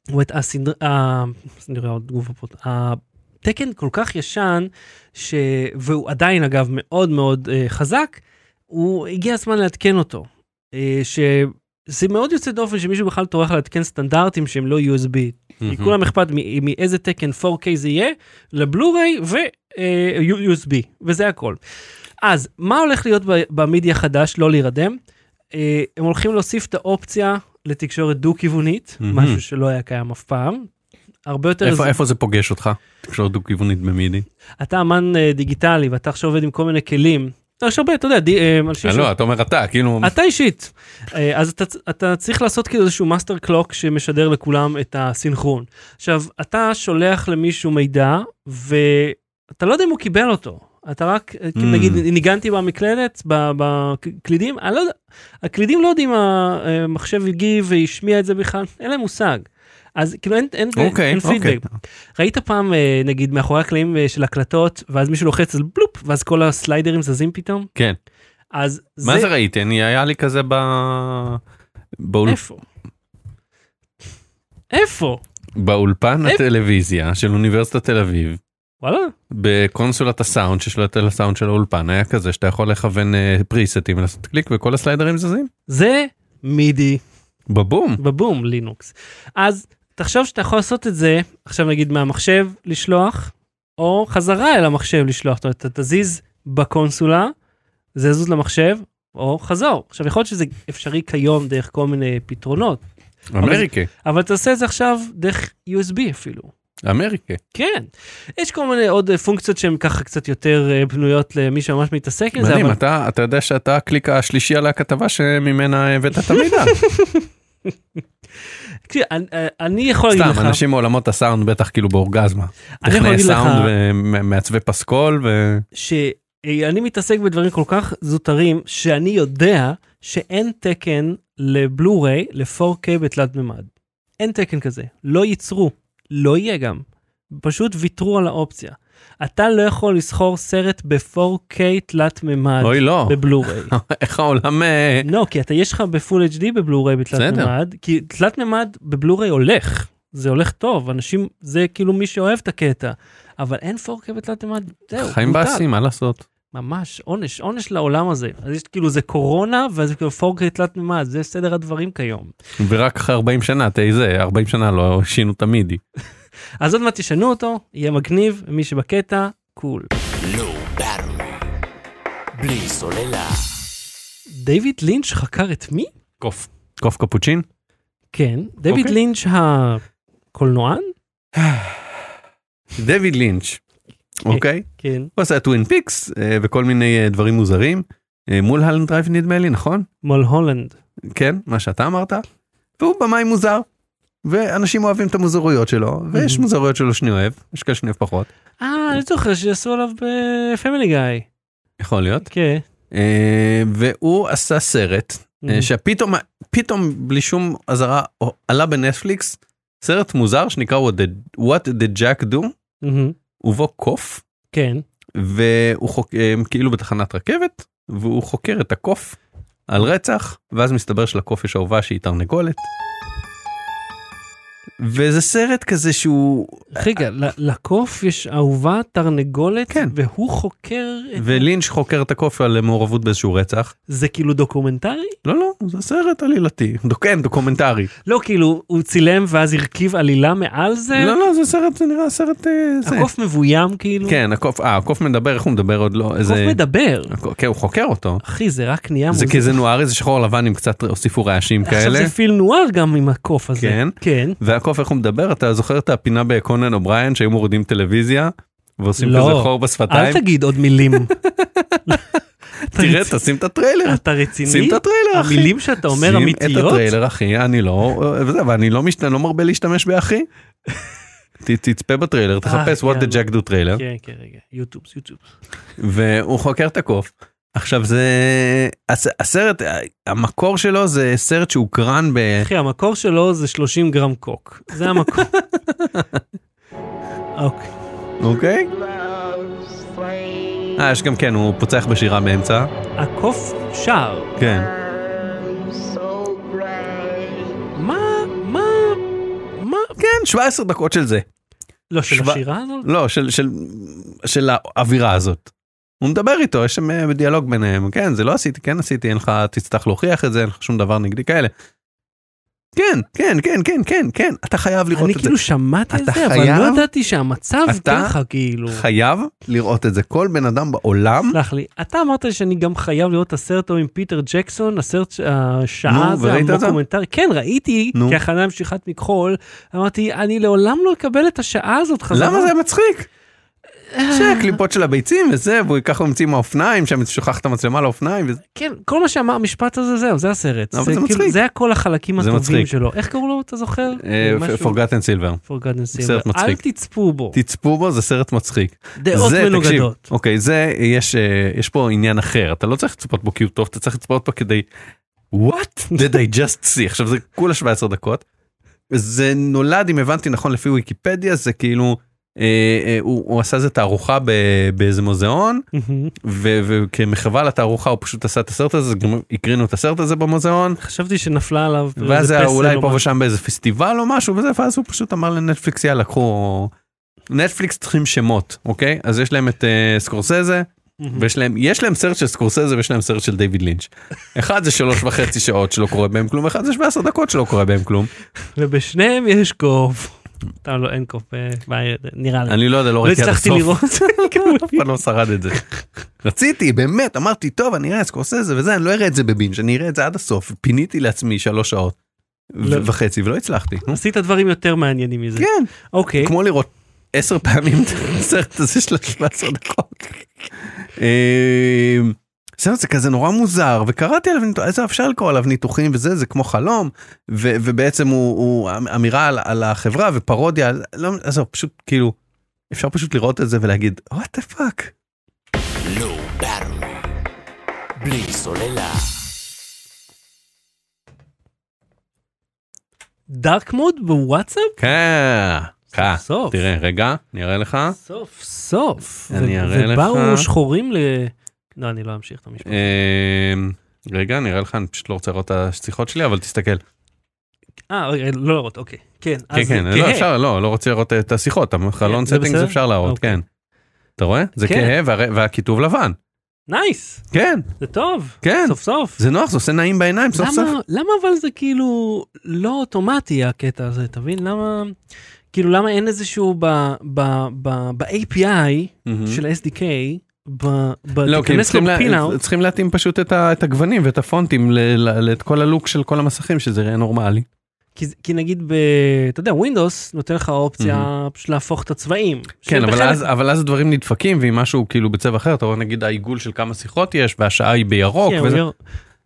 A: זאת אומרת, הסדרה, ה- נראה עוד גוף הפרוט, התקן כל כך ישן, ש... והוא עדיין אגב מאוד מאוד אה, חזק, הוא הגיע הזמן לעדכן אותו. אה, שזה מאוד יוצא דופן שמישהו בכלל טורח לעדכן סטנדרטים שהם לא USB. כי
B: מהמם.
A: כולם אכפת מ- מאיזה תקן 4K זה יהיה, לבלו-ריי אה, ו-USB, וזה הכל. אז מה הולך להיות ב- במידי החדש, לא להירדם? אה, הם הולכים להוסיף את האופציה לתקשורת דו-כיוונית,
B: מהמם.
A: משהו שלא היה קיים אף פעם. הרבה יותר...
B: איפה- איפה זה פוגש אותך? תקשורת דו-כיוונית במידי.
A: אתה אמן אה, דיגיטלי ואתה עכשיו עובד עם כל מיני כלים. יש הרבה, אתה יודע, די- אה, אנשים
B: אה, לא, אתה אומר אתה, כאילו...
A: אתה אישית. אה, אז אתה, אתה צריך לעשות כאילו איזשהו מאסטר קלוק שמשדר לכולם את הסינכרון. עכשיו, אתה שולח למישהו מידע, ואתה לא יודע אם הוא קיבל אותו. אתה רק, mm. נגיד, ניגנתי במקלדת, ב- בקלידים, אני לא יודע, הקלידים לא יודעים אם המחשב הגיב והשמיע את זה בכלל, אין להם מושג. אז כאילו אין, אין,
B: אוקיי,
A: אין פידבק.
B: אוקיי.
A: ראית פעם, אה, נגיד, מאחורי הקלעים אה, של הקלטות, ואז מישהו לוחץ על בלופ, ואז כל הסליידרים זזים פתאום?
B: כן.
A: אז
B: מה זה ראיתי? אני, היה לי כזה ב... באול...
A: איפה? איפה?
B: באולפן
A: איפה?
B: הטלוויזיה של אוניברסיטת תל אביב,
A: וואלה.
B: בקונסולת הסאונד ששולטת על הסאונד של האולפן, היה כזה שאתה יכול לכוון אה, פריסטים ולעשות קליק וכל הסליידרים זזים.
A: זה מידי
B: בבום.
A: בבום לינוקס. אז תחשוב שאתה יכול לעשות את זה, עכשיו נגיד מהמחשב לשלוח, או חזרה אל המחשב לשלוח. זאת אומרת, אתה תזיז בקונסולה, זה יזוז למחשב, או חזור. עכשיו, יכול להיות שזה אפשרי כיום דרך כל מיני פתרונות,
B: אמריקה.
A: אבל תעשה את זה עכשיו דרך USB אפילו.
B: אמריקה.
A: כן. יש כל מיני עוד אה, פונקציות שהן ככה קצת יותר אה, בנויות למי שממש מתעסק עם כן, זה,
B: מדהים,
A: אבל
B: אתה אתה יודע שאתה הקליק השלישי על הכתבה שממנה הבאת את המידע.
A: תקשיב, אני- אה, אני יכול להגיד לך...
B: סתם, אנשים מעולמות הסאונד בטח כאילו באורגזמה.
A: אני יכול
B: טכנאי
A: להגיד לך-
B: סאונד ומעצבי פסקול ו...
A: שאני מתעסק בדברים כל כך זוטרים, שאני יודע שאין תקן לבלו-ריי, ל-4K בתלת מימד. אין תקן כזה. לא ייצרו. לא יהיה גם. פשוט ויתרו על האופציה. אתה לא יכול לסחור סרט ב-4K תלת מימד
B: אוי לא,
A: בבלו-ריי.
B: איך העולם... אה,
A: לא, כי אתה יש לך בפול HD בבלו-ריי בתלת
B: בסדר.
A: מימד, כי תלת מימד בבלו-ריי הולך, זה הולך טוב, אנשים, זה כאילו מי שאוהב את הקטע, אבל אין 4K בתלת מימד, זהו,
B: חיים
A: בוטל.
B: באסים, מה לעשות?
A: ממש, עונש, עונש לעולם הזה. אז יש כאילו זה קורונה, ואז כאילו 4K תלת מימד, זה סדר הדברים כיום.
B: ורק אחרי 40 שנה, תהי זה, 40 שנה לא שינו את המידי.
A: אז עוד מעט תשנו אותו, יהיה מגניב, מי שבקטע, קול.
C: No battle. בלי סוללה.
A: דיוויד לינץ' חקר את מי?
B: קוף. קוף קפוצ'ין?
A: כן, דיוויד
B: אוקיי.
A: לינץ' הקולנוען?
B: דויד לינץ',
A: אה,
B: אוקיי?
A: כן.
B: הוא עשה טווין פיקס אה, וכל מיני אה, דברים מוזרים. אה, מול הלנד דרייב נדמה לי, נכון?
A: מול הולנד.
B: כן, מה שאתה אמרת. והוא במאי מוזר. ואנשים אוהבים את המוזרויות שלו, ויש
A: Mhm.
B: מוזרויות שלו שאני אוהב, יש כאלה שאני אוהב פחות.
A: אה, אני זוכר שעשו עליו בפמילי גיא.
B: יכול להיות.
A: כן.
B: אה, והוא עשה סרט אה, שפתאום פתאום בלי שום אזהרה או- עלה בנטפליקס סרט מוזר שנקרא What the- What the Jack Do
A: מהמם.
B: ובו קוף
A: כן.
B: והוא חוק, הם כאילו בתחנת רכבת והוא חוקר את הקוף על רצח ואז מסתבר שלקוף יש אהובה שהיא תרנגולת. וזה סרט כזה שהוא
A: רגע, ל- לקוף יש אהובה תרנגולת,
B: כן.
A: והוא חוקר את...
B: ולינץ' חוקר את הקוף על מעורבות באיזשהו רצח
A: זה כאילו דוקומנטרי?
B: לא לא זה סרט עלילתי דוק- כן דוקומנטרי
A: לא, כאילו, הוא צילם ואז הרכיב עלילה מעל זה?
B: לא לא זה סרט זה נראה סרט אה, זה.
A: אה. הקוף מבוים, כאילו?
B: כן הקוף אה, הקוף מדבר איך הוא מדבר עוד לא
A: הקוף
B: איזה
A: מדבר.
B: הקוף- כן הוא חוקר אותו
A: אחי, זה רק נהיה
B: זה
A: מוזר.
B: כזה נוארי זה שחור לבן עם קצת הוסיפו רעשים
A: עכשיו
B: כאלה.
A: זה פיל נואר גם עם הקוף הזה.
B: כן.
A: כן.
B: והקוף איך הוא מדבר אתה זוכר את הפינה בקונן אובריין שהיו מורידים טלוויזיה ועושים
A: לא.
B: כזה חור
A: אל
B: בשפתיים
A: תגיד עוד מילים.
B: תראה תשים את הטריילר
A: אתה רציני?
B: שים את הטריילר אחי.
A: המילים שאתה אומר
B: שים את
A: אמיתיות?
B: הטריילר אחי אני לא וזה, אבל אני לא משת- לא מרבה להשתמש באחי. ת- תצפה בטריילר תחפש
A: כן.
B: what the jack do טריילר
A: כן, כן, רגע. יוטיובס,
B: כן.
A: יוטיובס.
B: והוא חוקר את הקוף. עכשיו זה הס- הסרט המקור שלו זה סרט שהוקרן ב...
A: אחי, המקור שלו זה 30 גרם קוק. זה המקור. אוקיי.
B: אוקיי? אה יש גם כן הוא פוצח בשירה באמצע.
A: הקוף שר.
B: כן.
A: מה, מה, מה?
B: כן 17 דקות של זה.
A: לא, של
B: שבע-
A: השירה הזאת?
B: לא, של, של, של האווירה הזאת. הוא מדבר איתו, יש שם אה, דיאלוג ביניהם, כן, זה לא עשיתי, כן עשיתי, אין לך, תצטרך להוכיח את זה, אין לך שום דבר נגדי כאלה. כן, כן, כן, כן, כן, כן, אתה חייב לראות
A: אני
B: את
A: כאילו שמעתי את
B: אתה
A: זה, אבל לא
B: חייב-
A: ידעתי שהמצב
B: אתה
A: ככה, כאילו.
B: זה. חייב לראות את זה. כל בן אדם בעולם,
A: סלח לי, אתה אמרת שאני גם חייב לראות את הסרט ההוא עם פיטר ג'קסון, הסרט, ש- השעה
B: נו,
A: הזה,
B: וראית את זה?
A: המוקומנטרי. כן, ראיתי,
B: נו.
A: כהכנה למשיכת מכחול, אמרתי, אני לעולם לא אקבל את השעה הזאת חזרה. אה.
B: למה זה מצחיק? שהקליפות של הביצים וזה, והוא ייקח ממציא מהאופניים, שם שוכח את המצלמה לאופניים, וזה.
A: כן, כל מה שאמר המשפט הזה, זהו, זה הסרט.
B: אבל זה
A: כאילו-
B: מצחיק.
A: זה היה כל החלקים
B: זה
A: הטובים
B: מצחיק.
A: שלו. איך קראו לו, אתה זוכר?
B: אה,
A: משהו-
B: Forgotten Silver.
A: Forgotten Silver.
B: סרט
A: אל
B: מצחיק.
A: תצפו בו,
B: תצפו בו, זה סרט מצחיק.
A: דעות
B: זה, תקשיב,
A: מנוגדות.
B: אוקיי, זה, יש, אה, יש פה עניין אחר, אתה לא צריך לצפות בו כי הוא טוב, אתה צריך לצפות בו כדי, what did I just see, עכשיו זה כולה 17 דקות. זה נולד, אם הבנתי נכון, לפי ויקיפדיה, זה כאילו, אה, אה, הוא, הוא עשה איזה תערוכה ב, באיזה מוזיאון,
A: מהמם.
B: ו- וכמחווה לתערוכה הוא פשוט עשה את הסרט הזה, גם הקרינו את הסרט הזה במוזיאון.
A: חשבתי שנפלה עליו
B: ואז
A: כאילו, איזה
B: זה היה
A: פסל
B: אולי
A: או
B: פה
A: משהו.
B: ושם באיזה פסטיבל או משהו וזה, ואז הוא פשוט אמר לנטפליקס יאללה קחו, נטפליקס צריכים שמות אוקיי אז יש להם את אה, סקורסזה
A: מהמם.
B: ויש להם יש להם סרט של סקורסזה ויש להם סרט של דיוויד לינץ'. אחד זה שלוש וחצי שעות שלא קורה בהם כלום אחד זה 17 דקות שלא קורה בהם כלום
A: ובשניהם יש קוף. אתה לא, אין קוף, אה, בעיה, נראה לי.
B: אני לא יודע לא
A: לא
B: ראיתי עד
A: הצלחתי
B: הסוף.
A: לראות. כאילו,
B: אף אחד לא שרד את זה. רציתי באמת אמרתי טוב אני אראה סקורסזה וזה אני לא אראה את זה בבינג' אני אראה את זה עד הסוף פיניתי לעצמי שלוש שעות
A: לא.
B: ו- וחצי ולא הצלחתי. נו.
A: עשית דברים יותר מעניינים מזה.
B: כן.
A: אוקיי,
B: כמו לראות עשר פעמים את הסרט הזה של ה-17 דקות. אמ, זהו, זה כזה נורא מוזר וקראתי עליו ניתוח- איזה אפשר לקרוא עליו ניתוחים וזה זה כמו חלום ו- ובעצם הוא, הוא אמירה על, על החברה ופרודיה על- לא עזוב פשוט כאילו אפשר פשוט לראות את זה ולהגיד what the fuck.
C: Low battery. בלי סוללה.
A: דארק מוד בוואטסאפ?
B: כן. כן.
A: סוף.
B: תראה רגע אני אראה לך
A: סוף סוף.
B: אני
A: ו-
B: אראה לך.
A: ובאו שחורים ל... לא, אני לא אמשיך את המשפט.
B: אמ, רגע אני אראה לך אני פשוט לא רוצה לראות את השיחות שלי אבל תסתכל.
A: אה, רגע, לא להראות, אוקיי. כן,
B: כן
A: אז
B: כן
A: כהה. כן,
B: לא אפשר לא לא רוצה לראות את השיחות החלון
A: זה
B: סטינגס
A: בסדר?
B: אפשר להראות
A: אוקיי.
B: כן. אתה רואה זה
A: כן.
B: כהה והר- והכיתוב לבן
A: נייס,
B: כן
A: זה טוב.
B: כן
A: סוף סוף.
B: זה נוח זה עושה נעים בעיניים סוף
A: למה-
B: סוף.
A: למה אבל זה כאילו לא אוטומטי הקטע הזה, אתה מבין? למה... כאילו למה אין איזשהו ב- ב- ב- ב-API
B: מהמם.
A: של ה-SDK, ב- ב-
B: Mm-hmm. לא, כי הם
A: תיכנס
B: צריכים לה-
A: לפינאוט,
B: צריכים להתאים פשוט את ה- את הגוונים ואת הפונטים את כל הלוק של כל המסכים שזה יראה נורמלי.
A: כי זה- כי נגיד, ב- אתה יודע, Windows נותן לך אופציה פשוט להפוך את הצבעים.
B: Mm-hmm. כן אבל
A: שבחלק-
B: אז אבל אז הדברים נדפקים ואם משהו כאילו בצבע אחר אתה רואה נגיד העיגול של כמה שיחות יש והשעה היא בירוק.
A: כן,
B: אוקיי, וזה-
A: הוא אומר,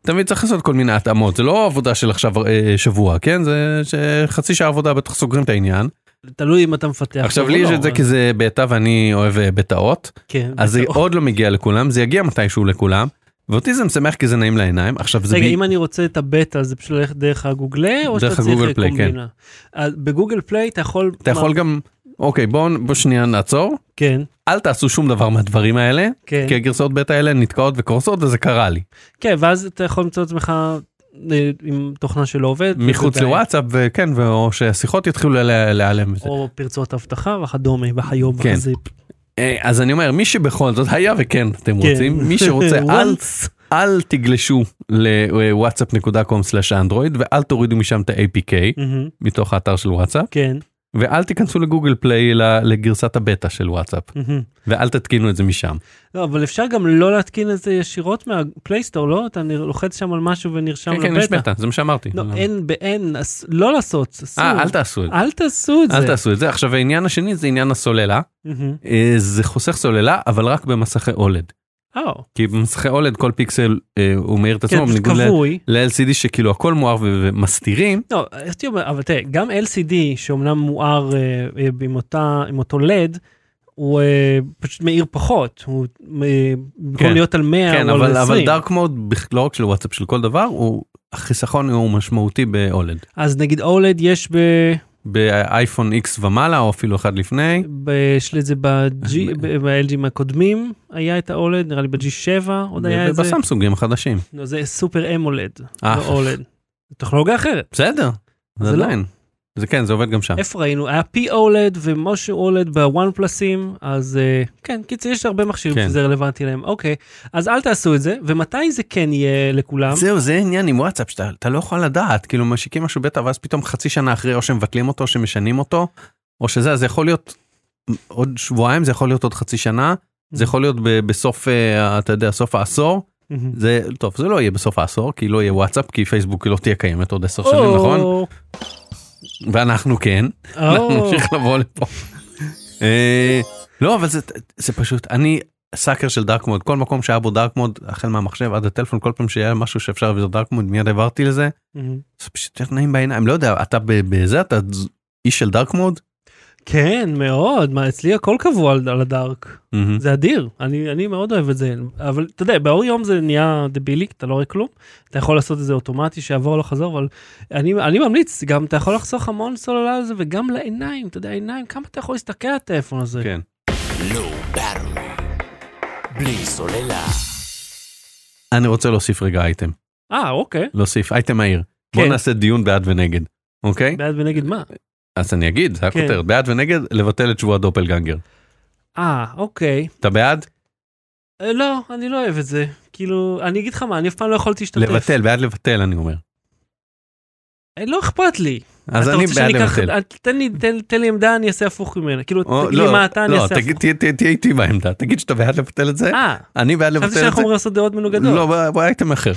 B: תמיד צריך לעשות כל מיני התאמות זה לא עבודה של עכשיו אה, שבוע כן זה ש- חצי שעה עבודה בטח סוגרים את העניין.
A: תלוי אם אתה מפתח.
B: עכשיו
A: או
B: לי יש
A: לא,
B: את זה
A: אבל-
B: כי זה בעיטה ואני אוהב אה, בטאות
A: כן,
B: אז זה
A: בטח.
B: עוד לא מגיע לכולם זה יגיע מתישהו לכולם ואותי זה משמח כי זה נעים לעיניים. עכשיו זה
A: רגע,
B: בי-
A: אם אני רוצה את הבטא, זה פשוט ללכת דרך הגוגלה, או
B: דרך
A: שאתה צריך
B: הגוגל פליי, כן.
A: קומבינה? אז בגוגל פליי אתה יכול...
B: אתה יכול גם, אוקיי בואו בוא שנייה נעצור,
A: כן,
B: אל תעשו שום דבר מהדברים האלה,
A: כן.
B: כי הגרסאות בטא האלה נתקעות וקורסות וזה קרה לי.
A: כן, ואז אתה יכול למצוא את עצמך אה, עם תוכנה שלא עובדת.
B: מחוץ
A: ובבעיה.
B: לוואטסאפ וכן, ו- או שהשיחות יתחילו לה- להיעלם. וזה.
A: או פרצות אבטחה וכדומה, וחיוב
B: כן.
A: וחזיפ.
B: אה, אז אני אומר, מי שבכל זאת, היה וכן אתם
A: כן.
B: רוצים, מי שרוצה, אל
A: once.
B: אל תגלשו אה, ל-whatsapp.com/android ואל תורידו משם את ה-APK
A: מהמם,
B: מתוך האתר של וואטסאפ
A: כן.
B: ואל תיכנסו לגוגל פליי ל- לגרסת הבטא של וואטסאפ
A: מהמם.
B: ואל תתקינו את זה משם.
A: לא, אבל אפשר גם לא להתקין את זה ישירות מהפלייסטור, לא? אתה נר- לוחץ שם על משהו ונרשם
B: כן כן יש
A: לבטא.
B: בטא זה מה שאמרתי.
A: לא, אין, באין, אס- לא לעשות, אסור.
B: אה, אל תעשו את זה.
A: אל תעשו את אה, זה.
B: אל תעשו את זה. עכשיו העניין השני זה עניין הסוללה.
A: מהמם.
B: אה, זה חוסך סוללה אבל רק במסכי אולד.
A: או,
B: כי במסכי אולד כל פיקסל אה, הוא מאיר את
A: כן,
B: עצמו
A: פשוט
B: בניגוד
A: כבוי.
B: ל-LCD שכאילו הכל מואר ו- ומסתירים.
A: לא, הייתי אומר, אבל תראה, גם LCD שאומנם מואר אה, אה, עם, אותה, עם אותו לד, הוא אה, פשוט מאיר פחות, הוא אה, במקום
B: כן.
A: להיות על 100
B: כן,
A: הוא
B: אבל,
A: על 20.
B: אבל דארק מוד בכ- לא רק של וואטסאפ של כל דבר הוא החיסכון הוא משמעותי באולד
A: אז נגיד אולד יש ב...
B: באייפון X ומעלה או אפילו אחד לפני
A: ב- יש לי את זה ב-G,
B: אה,
A: ב-LGים הקודמים, היה את האולד, נראה לי ב-G7 עוד היה את זה.
B: ובסמסונגים החדשים
A: לא, זה סופר אמולד,
B: אה.
A: לא אולד. זה טכנולוגיה אחרת.
B: בסדר זה
A: זה לא.
B: עדיין זה כן זה עובד גם שם
A: איפה ראינו? היה פי אולד E ומשה אולד בוואן פלסים, אז אה, כן, קיצר, יש הרבה מכשירים
B: כן.
A: שזה רלוונטי להם. אוקיי, אז אל תעשו את זה, ומתי זה כן יהיה לכולם?
B: זהו זה עניין עם וואטסאפ שאתה אתה לא יכול לדעת כאילו משיקים משהו בטא ואז פתאום חצי שנה אחרי או שמבטלים אותו או שמשנים אותו או שזה אז זה יכול להיות עוד שבועיים זה יכול להיות עוד חצי שנה זה יכול להיות ב- בסוף אה, אתה יודע סוף העשור
A: מהמם.
B: זה טוב זה לא יהיה בסוף העשור כי לא יהיה וואטסאפ כי פייסבוק לא תהיה קיימת עוד עשר שנים נכון
A: או,
B: ואנחנו כן אנחנו
A: או.
B: נמשיך לבוא לפה. אה, לא אבל זה זה פשוט אני סאקר של דארק מוד כל מקום שהיה בו דארק מוד החל מהמחשב עד הטלפון כל פעם שהיה משהו שאפשר להביא דארק מוד מיד העברתי לזה
A: מהמם.
B: זה פשוט יותר נעים בעיניים לא יודע אתה ב- בזה אתה ז- איש של דארק מוד.
A: כן, מאוד, מה, אצלי הכל קבוע על על הדארק.
B: מהמם.
A: זה אדיר, אני, אני מאוד אוהב את זה, אבל אתה יודע, באור יום זה נהיה דבילי, אתה לא רואה כלום, אתה יכול לעשות את זה אוטומטי, שיעבור לא חזור, אבל אני, אני ממליץ, גם אתה יכול לחסוך המון סוללה על זה, וגם לעיניים, אתה יודע, עיניים, כמה אתה יכול להסתכל על הטלפון הזה.
B: כן.
C: לואו ברור. בלי סוללה.
B: אני רוצה להוסיף רגע אייטם
A: אה, אוקיי,
B: להוסיף אייטם מהיר בוא
A: כן.
B: נעשה דיון בעד ונגד אוקיי
A: בעד ונגד מה?
B: אז אני אגיד זה
A: כן.
B: הכותרת בעד ונגד לבטל את שבוע דופלגנגר
A: אה, אוקיי.
B: אתה בעד
A: אה, לא, אני לא אוהב את זה. כאילו, אני אגיד לך מה, אני אף פעם לא יכולתי להשתתף.
B: לבטל בעד לבטל אני אומר
A: אה, לא אכפת לי.
B: אז
A: אתה
B: אני
A: רוצה
B: בעד
A: שאני אקח-
B: לבטל.
A: אה, תן לי- תן- תן לי עמדה, אני אעשה הפוך ממנה. כאילו,
B: או,
A: תגיד לי מה אתה, אני
B: לא,
A: אעשה
B: תגיד-
A: הפוך.
B: תהיה- תהיה תהיה איתי בעמדה, תגיד שאתה בעד לבטל את זה,
A: אה,
B: אני בעד
A: חשבתי
B: לבטל את
A: שאנחנו
B: זה.
A: אמורים לעשות דעות מנוגדות.
B: לא, בוא- בוא אייטם אחר.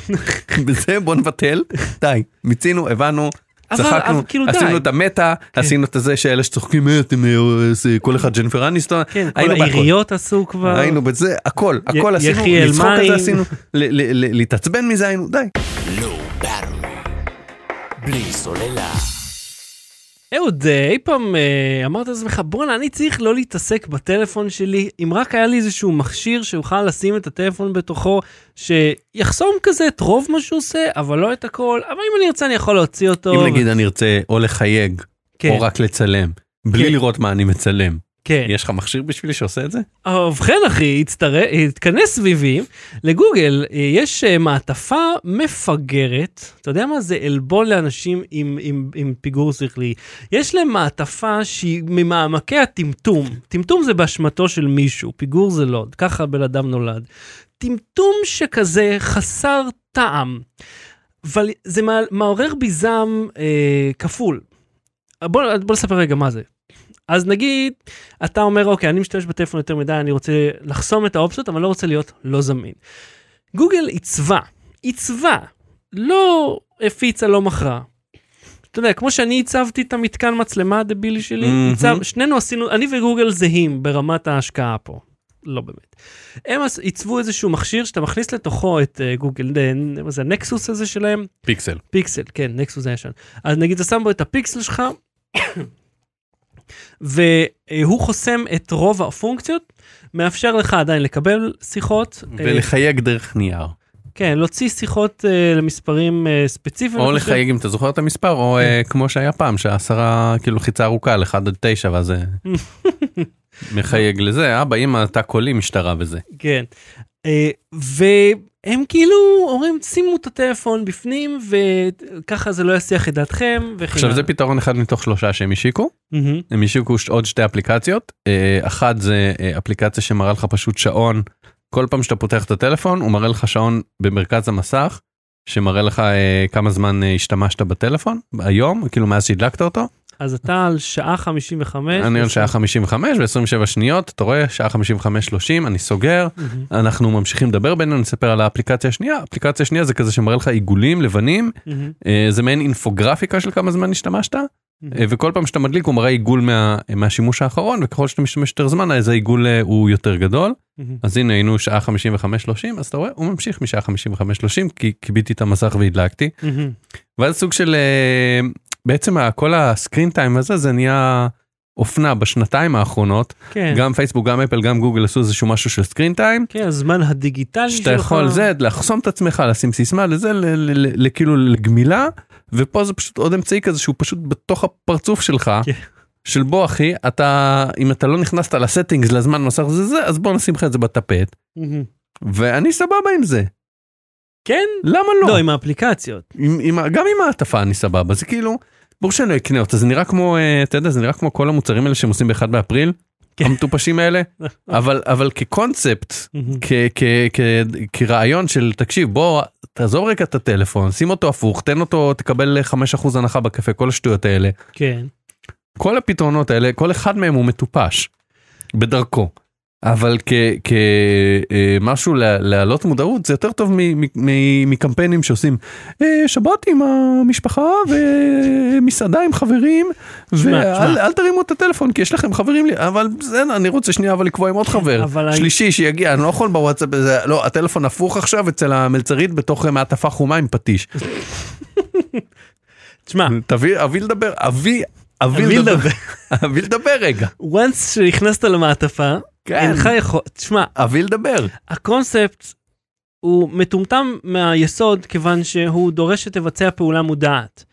B: בזה בוא נבטל, די, מיצינו, הבנו,
A: אבל-
B: צחקנו,
A: אבל כאילו די. כן.
B: עשינו את המטה, עשינו את זה שאלה שצוחקים, "אה, אתם אה, זה- כל אחד ג'נפר אניסטון,
A: כן, כל
B: היינו בהכל.
A: העיריות עשו כבר.
B: היינו בזה, הכל, הכל
A: י-
B: עשינו,
A: יחיאל
B: לצחוק על
A: מים.
B: זה עשינו, ל- ל- ל- להתעצבן מזה היינו, די.
C: לואו ברור. בלי סוללה.
A: אהוד, אה, אי פעם אה, אמרת לעצמך, בואנה, אני צריך לא להתעסק בטלפון שלי, אם רק היה לי איזשהו מכשיר שאוכל לשים את הטלפון בתוכו, שיחסום כזה את רוב מה שהוא עושה, אבל לא את הכל, אבל אם אני ארצה אני יכול להוציא אותו.
B: אם נגיד אני ארצה או לחייג,
A: כן,
B: או רק לצלם, בלי
A: כן.
B: לראות מה אני מצלם,
A: כן.
B: יש לך מכשיר בשבילי שעושה את זה?
A: ובכן אחי, הצטר- התכנס סביבי, לגוגל אה, יש אה, מעטפה מפגרת, אתה יודע מה זה עלבון לאנשים עם, עם, עם פיגור שכלי, יש להם מעטפה שהיא ממעמקי הטמטום, טמטום זה באשמתו של מישהו, פיגור זה לא, ככה בן אדם נולד. טמטום שכזה חסר טעם, אבל זה מע- מעורר בי זעם אה, כפול. בוא, בוא נספר רגע מה זה. אז נגיד, אתה אומר, אוקיי, אני משתמש בטלפון יותר מדי, אני רוצה לחסום את האופציות, אבל לא רוצה להיות לא זמין. גוגל עיצבה, עיצבה, לא הפיצה, לא מכרה. אתה יודע, כמו שאני הצבתי את המתקן מצלמה הדבילי שלי,
B: מהמם.
A: עיצב, שנינו עשינו, אני וגוגל זהים ברמת ההשקעה פה. לא באמת. הם עש- עיצבו איזשהו מכשיר שאתה מכניס לתוכו את אה, גוגל, אה, מה זה הנקסוס הזה שלהם,
B: פיקסל.
A: פיקסל, כן, נקסוס זה ישן. אז נגיד אתה שם בו את הפיקסל שלך, והוא חוסם את רוב הפונקציות, מאפשר לך עדיין לקבל שיחות, אה,
B: ולחייג דרך נייר.
A: כן, להוציא שיחות אה, למספרים אה, ספציפיים.
B: או
A: אני חושב. כן.
B: לחייג אם אתה זוכר את המספר, או אה, כמו שהיה פעם, שהעשרה, כאילו חיצה ארוכה על 1 עד 9, ואז אה, מחייג לזה, אבא, אמא, אתה קולי משטרה וזה.
A: כן. אה, והם כאילו אומרים, שימו את הטלפון בפנים, וככה זה לא יסיח את דעתכם. וכן
B: עכשיו זה
A: הלאה.
B: פתרון אחד מתוך שלושה שהם השיקו,
A: מהמם.
B: הם השיקו ש- עוד שתי אפליקציות, אה, אחת זה אה, אפליקציה שמראה לך פשוט שעון, כל פעם שאתה פותח את הטלפון הוא מראה לך שעון במרכז המסך, שמראה לך אה, כמה זמן אה, השתמשת בטלפון, היום, כאילו מאז שהדלקת אותו,
A: אז אתה על שעה 55.
B: אני על שעה 55 ו-27 שניות, אתה רואה שעה 55-30, אני סוגר,
A: מהמם.
B: אנחנו ממשיכים לדבר בינינו, נספר על האפליקציה השנייה, אפליקציה שנייה זה כזה שמראה לך עיגולים לבנים,
A: מהמם.
B: אה, זה מעין אינפוגרפיקה של כמה זמן השתמשת, אה, וכל פעם שאתה מדליק הוא מראה עיגול מה, מהשימוש האחרון, וככל שאתה משתמש יותר זמן אז העיגול אה, הוא יותר גדול.
A: מהמם.
B: אז הנה היינו שעה 55-30, אז אתה רואה, הוא ממשיך משעה 55-30, כי כיביתי את המסך והדלקתי.
A: מהמם.
B: ואז סוג של, אה, בעצם ה- כל הסקרין טיים הזה זה נהיה אופנה בשנתיים האחרונות,
A: כן.
B: גם פייסבוק, גם אפל, גם גוגל עשו איזשהו משהו של סקרין טיים.
A: כן, הזמן הדיגיטלי שלך.
B: שאתה יכול זה לחסום את עצמך לשים סיסמה לזה ל- ל- ל- ל- כאילו לגמילה ופה זה פשוט עוד אמצעי כזה שהוא פשוט בתוך הפרצוף שלך
A: כן.
B: של בוא אחי אתה אם אתה לא נכנסת לסטינגס לזמן מסך זה זה אז בוא נשים לך את זה בטפט
A: מהמם.
B: ואני סבבה עם זה
A: כן?
B: למה לא,
A: לא, עם האפליקציות.
B: עם, עם, גם עם ההטפה אני סבבה זה כאילו. ברור שאני לא אקנה אותה זה נראה כמו אה, אתה יודע זה נראה כמו כל המוצרים האלה שהם עושים באחד באפריל
A: כן.
B: המטופשים האלה אבל אבל כקונספט
A: מהמם.
B: כ- כ- כ- כרעיון של תקשיב בוא תעזוב רגע את הטלפון שים אותו הפוך תן אותו תקבל 5% הנחה בקפה כל השטויות האלה
A: כן.
B: כל הפתרונות האלה כל אחד מהם הוא מטופש בדרכו אבל כמשהו להעלות מודעות זה יותר טוב מ- מ- מ- מקמפיינים שעושים "אה, שבת עם המשפחה ומסעדה עם חברים
A: שמע,
B: ואל
A: שמע.
B: אל תרימו את הטלפון כי יש לכם חברים לי אבל בסדר אני רוצה שנייה אבל לקבוע עם עוד חבר
A: כן, אבל אני-
B: שלישי שיגיע אני לא יכול בוואטסאפ זה לא הטלפון הפוך עכשיו אצל המלצרית בתוך אה, מעטפה חומה עם פטיש
A: תשמע,
B: תביא אבי לדבר אבי אבי
A: אבי
B: לדבר
A: לדבר.
B: אבי לדבר רגע.
A: once שנכנסת למעטפה,
B: כן.
A: אינך יכול... תשמע,
B: אבי לדבר.
A: הקונספט הוא מטומטם מהיסוד כיוון שהוא דורש שתבצע פעולה מודעת.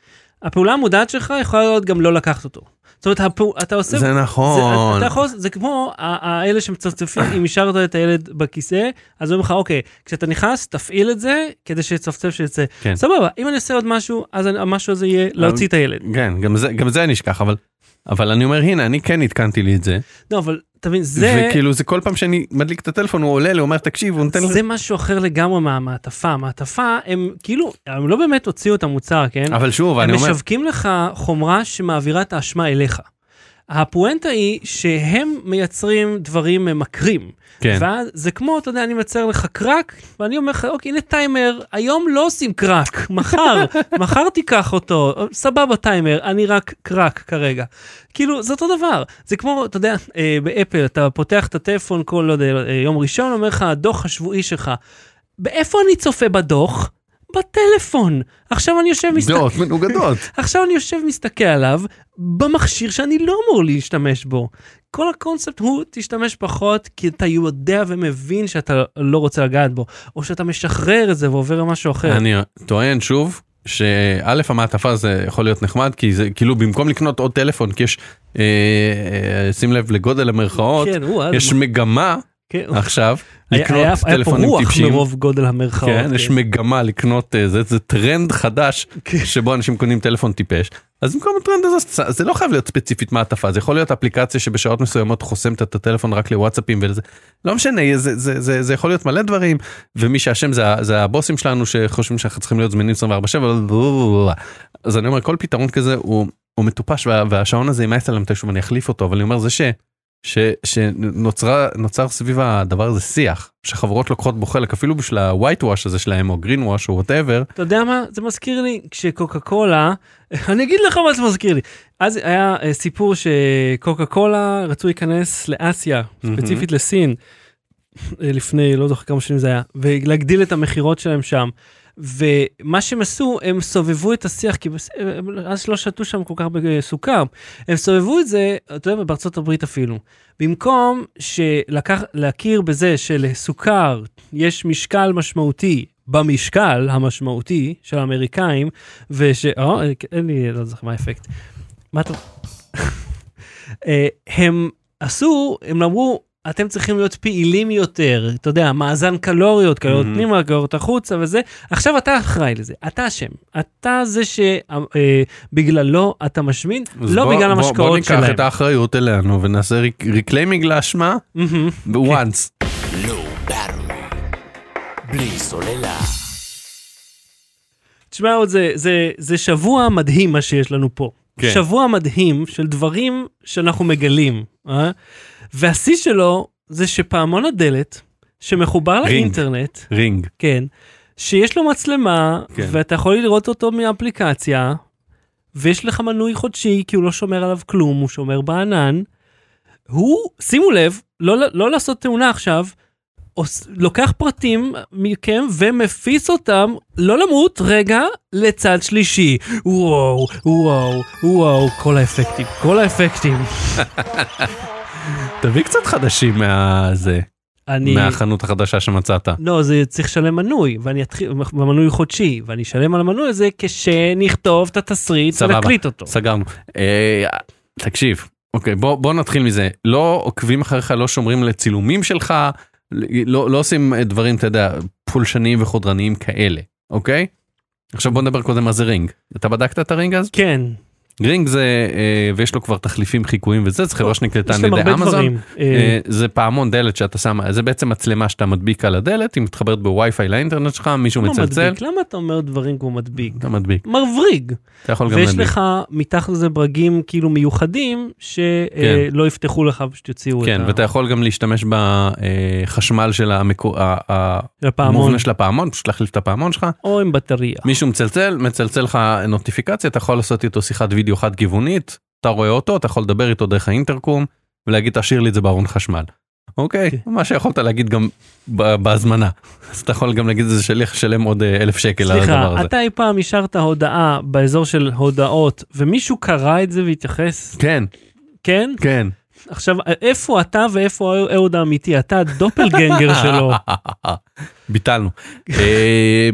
A: הפעולה המודעת שלך יכולה להיות גם לא לקחת אותו. זאת אומרת, הפעול, אתה עושה...
B: זה
A: זה,
B: נכון.
A: אתה יכול, זה כמו ה- האלה שמצפצפים, אם השארת את הילד בכיסא, אז אומרים לך, אוקיי, כשאתה נכנס, תפעיל את זה, כדי שיצפצף שיצא.
B: כן.
A: סבבה, אם אני אעשה עוד משהו, אז אני- המשהו הזה יהיה להוציא את הילד.
B: כן, גם זה, גם זה אני אשכח, אבל, אבל אני אומר, הנה, אני כן עדכנתי לי את זה.
A: לא, אבל תבין, זה...
B: זה... כאילו- וכאילו, זה כל פעם שאני מדליק את הטלפון, הוא עולה לי, הוא אומר, תקשיב, הוא נותן לי...
A: זה משהו אחר לגמרי מהמעטפה, המעטפה הם כאילו, הם לא באמת הוציאו את המוצר, כן?
B: אבל שוב,
A: הם
B: אני אומר,
A: משווקים לך חומרה שמעבירה את האשמה אליך. הפואנטה היא שהם מייצרים דברים ממכרים.
B: כן,
A: ואז זה כמו, אתה יודע, אני מייצר לך קרק, ואני אומר לך, אוקיי, הנה טיימר, היום לא עושים קרק, מחר, מחר תיקח אותו, סבבה טיימר, אני רק קרק כרגע. כאילו, זה אותו דבר. זה כמו, אתה יודע, אה, באפל, אתה פותח את הטלפון כל, לא יודע, אה, יום ראשון, אומר לך, הדוח השבועי שלך. באיפה אני צופה בדוח? בטלפון. עכשיו אני יושב, מסתכל...
B: דעות מנוגדות.
A: עכשיו אני יושב מסתכל עליו במכשיר שאני לא אמור להשתמש בו. כל הקונספט הוא תשתמש פחות כי אתה יודע ומבין שאתה לא רוצה לגעת בו, או שאתה משחרר את זה ועובר למשהו אחר.
B: אני טוען שוב, שא' המעטפה זה יכול להיות נחמד, כי זה כאילו, במקום לקנות עוד טלפון, כי יש, אה, אה, שים לב לגודל המרכאות,
A: כן, הוא, אז
B: יש
A: מה-
B: מגמה
A: כן,
B: עכשיו
A: היה-
B: לקנות
A: היה- היה פה
B: טלפונים
A: רוח
B: טיפשים.
A: מרוב גודל המרכאות.
B: כן, יש מגמה לקנות אה, זה, זה טרנד חדש
A: כן.
B: שבו אנשים קונים טלפון טיפש. אז במקום הטרנד הזה, זה לא חייב להיות ספציפית מעטפה, זה יכול להיות אפליקציה שבשעות מסוימות חוסמת את הטלפון רק לוואטסאפים ולזה. לא משנה, זה, זה, זה, זה יכול להיות מלא דברים, ומי שאשם זה, ה- זה הבוסים שלנו שחושבים שאנחנו צריכים להיות זמינים לא, 24/7, אז אני אומר, כל פתרון כזה הוא, הוא מטופש, וה, והשעון הזה יימאס עליהם מתישהו ואני אחליף אותו, אבל אני אומר, זה ש... ש, שנוצר סביב הדבר הזה שיח שחברות לוקחות בו חלק אפילו בשביל ה-white wash הזה שלהם או green wash או וואטאבר
A: אתה יודע מה? זה מזכיר לי כשקוקה קולה, אני אגיד לך מה זה מזכיר לי. אז היה אה, סיפור שקוקה קולה רצו להיכנס לאסיה, ספציפית לסין, אה, לפני לא זוכר כמה שנים זה היה, ולהגדיל את המכירות שלהם שם. ומה שהם עשו, הם סובבו את השיח, כי בס- הם- אז לא שתו שם כל כך הרבה סוכר, הם סובבו את זה, אתה יודע, בארצות הברית אפילו. במקום שלקח, להכיר בזה שלסוכר יש משקל משמעותי במשקל המשמעותי של האמריקאים, וש... או, אין לי, לא זוכר מה האפקט. מה אתה... אה, הם עשו, הם אמרו, אתם צריכים להיות פעילים יותר, אתה יודע, מאזן קלוריות, קלוריות
B: Mhm.
A: פנימה, קלוריות החוצה וזה. עכשיו אתה אחראי לזה, אתה אשם, אתה זה שבגללו אתה משמין,
B: אז
A: לא
B: בוא-
A: בגלל
B: בוא- בוא
A: המשקאות
B: ניקח
A: שלהם.
B: את האחריות אלינו ונעשה ריקליימינג לאשמה
A: מהמם.
B: once.
C: Low Battery. בלי סוללה.
A: תשמע עוד, זה, זה, זה שבוע מדהים מה שיש לנו פה.
B: כן.
A: כן. שבוע מדהים של דברים שאנחנו מגלים. אה? והשיא שלו זה שפעמון הדלת, שמחובר
B: רינג.
A: לאינטרנט,
B: רינג.
A: כן, שיש לו מצלמה,
B: כן.
A: כן. ואתה יכול לראות אותו מאפליקציה, ויש לך מנוי חודשי, כי הוא לא שומר עליו כלום, הוא שומר בענן. הוא, שימו לב, לא, לא לעשות תאונה עכשיו, עוש- לוקח פרטים מכם ומפיץ אותם, לא למות, רגע, לצד שלישי. וואו, וואו, וואו, כל האפקטים, כל האפקטים.
B: תביא קצת חדשים מהזה,
A: אני...
B: מהחנות החדשה שמצאת.
A: לא, זה צריך לשלם מנוי, ואני אתחיל, והמנוי הוא חודשי, ואני אשלם על המנוי הזה כשנכתוב את התסריט
B: סבבה.
A: ונקליט אותו.
B: סגרנו. אה, תקשיב, אוקיי, בוא בוא נתחיל מזה. לא עוקבים אחריך, לא שומרים לצילומים שלך, לא לא עושים אה, דברים, אתה יודע, פולשניים וחודרניים כאלה, אוקיי? עכשיו בוא נדבר קודם מה זה רינג. אתה בדקת את הרינג אז?
A: כן,
B: רינג זה, אה, ויש לו כבר תחליפים חיקויים וזה, זו חברה שנקלטה
A: לא, יש
B: על
A: להם
B: ידי
A: הרבה
B: אמזון.
A: דברים. אה,
B: אה, זה פעמון דלת שאתה שם, זה בעצם מצלמה שאתה מדביק על הדלת, היא מתחברת בווי-פיי לאינטרנט שלך, מישהו
A: כמו
B: מצלצל,
A: לא מדביק, למה אתה אומר דברים כמו מדביק?
B: אתה מדביק,
A: מבריג.
B: אתה יכול גם
A: ויש
B: להדביק.
A: לך מתחת לזה ברגים כאילו מיוחדים,
B: כן.
A: שלא יפתחו לך פשוט יוציאו את
B: כן,
A: ה-
B: ואתה יכול גם להשתמש בחשמל של המקו- ה- ה-
A: הפעמון,
B: המובנה של הפעמון, פשוט להחליף את הפעמון שלך,
A: או עם בטריה.
B: מישהו מצלצל, מצלצל לך נוטיפיקציה, אתה יכול לעשות איתו שיחת וידאו חד כיוונית, אתה רואה אותו, אתה יכול לדבר איתו דרך האינטרקום, ולהגיד תשאיר לי את זה בארון חשמל. אוקיי,
A: כן.
B: מה שיכולת להגיד גם ב- בהזמנה, אז אתה יכול גם להגיד את זה שלי לשלם עוד אה, אלף שקל על הדבר
A: סליחה,
B: הזה.
A: אתה אי פעם השארת הודעה באזור של הודעות, ומישהו קרא את זה והתייחס?
B: כן,
A: כן?
B: כן.
A: עכשיו, איפה אתה ואיפה אהוד האמיתי? אתה הדופלגנגר שלו.
B: ביטלנו. אה,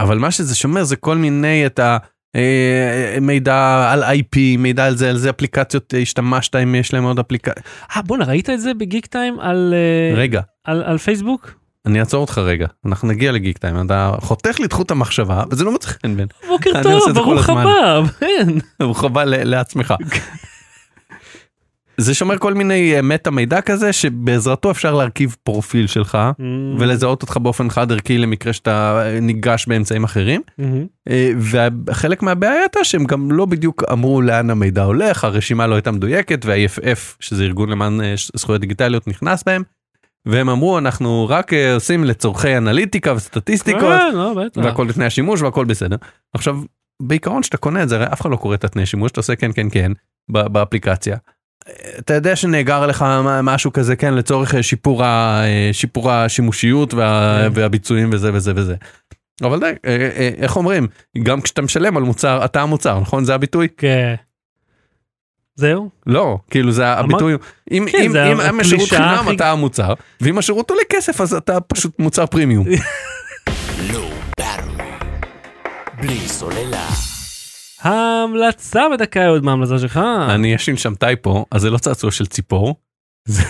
B: אבל מה שזה שומר זה כל מיני את ה... אה, מידע על IP, מידע על זה, על זה אפליקציות אה, השתמשת אם יש להם עוד אפליקציה.
A: אה, בואנה, ראית את זה בגיק טיים על, אה,
B: רגע,
A: על, על פייסבוק?
B: אני אעצור אותך רגע, אנחנו נגיע לגיק טיים, אתה חותך לי את חוט המחשבה, וזה לא מוצא
A: כן,
B: חן בן,
A: בוקר
B: אני עושה
A: טוב,
B: את זה כל
A: ברוך
B: הזמן.
A: הבא, כן.
B: הוא חובה ל- לעצמך. זה שומר כל מיני אה, מטה מידע כזה שבעזרתו אפשר להרכיב פרופיל שלך
A: Mm.
B: ולזהות אותך באופן חד ערכי למקרה שאתה אה, ניגש באמצעים אחרים.
A: מהמם.
B: אה, וחלק מהבעיה הייתה שהם גם לא בדיוק אמרו לאן המידע הולך, הרשימה לא הייתה מדויקת וה-IFF, שזה ארגון למען אה, ש- זכויות דיגיטליות, נכנס בהם. והם אמרו אנחנו רק אה, עושים לצורכי אנליטיקה וסטטיסטיקות
A: כן, לא, בטח.
B: והכל לפני השימוש והכל בסדר. עכשיו בעיקרון שאתה קונה את זה הרי אף אחד לא קורא את התנאי שימוש אתה עושה כן כן כן ב- באפליקציה. אתה יודע שנאגר לך מ- משהו כזה כן לצורך אה, שיפור, ה, אה, שיפור השימושיות וה,
A: כן.
B: והביצועים וזה וזה וזה. אבל די, אה, אה, איך אומרים גם כשאתה משלם על מוצר אתה המוצר נכון זה הביטוי
A: כן. זהו?
B: לא כאילו זה הביטוי אם
A: כן,
B: אם
A: זה
B: אם אם השירות
A: הקלישאה
B: חינם
A: הכי-
B: אתה המוצר ואם השירות עולה כסף אז אתה פשוט מוצר פרימיום.
C: Low Battery. בלי סוללה.
A: ההמלצה בדקה עוד מההמלצה שלך.
B: אני ישן שם טייפו אז זה לא צעצוע של ציפור. זה-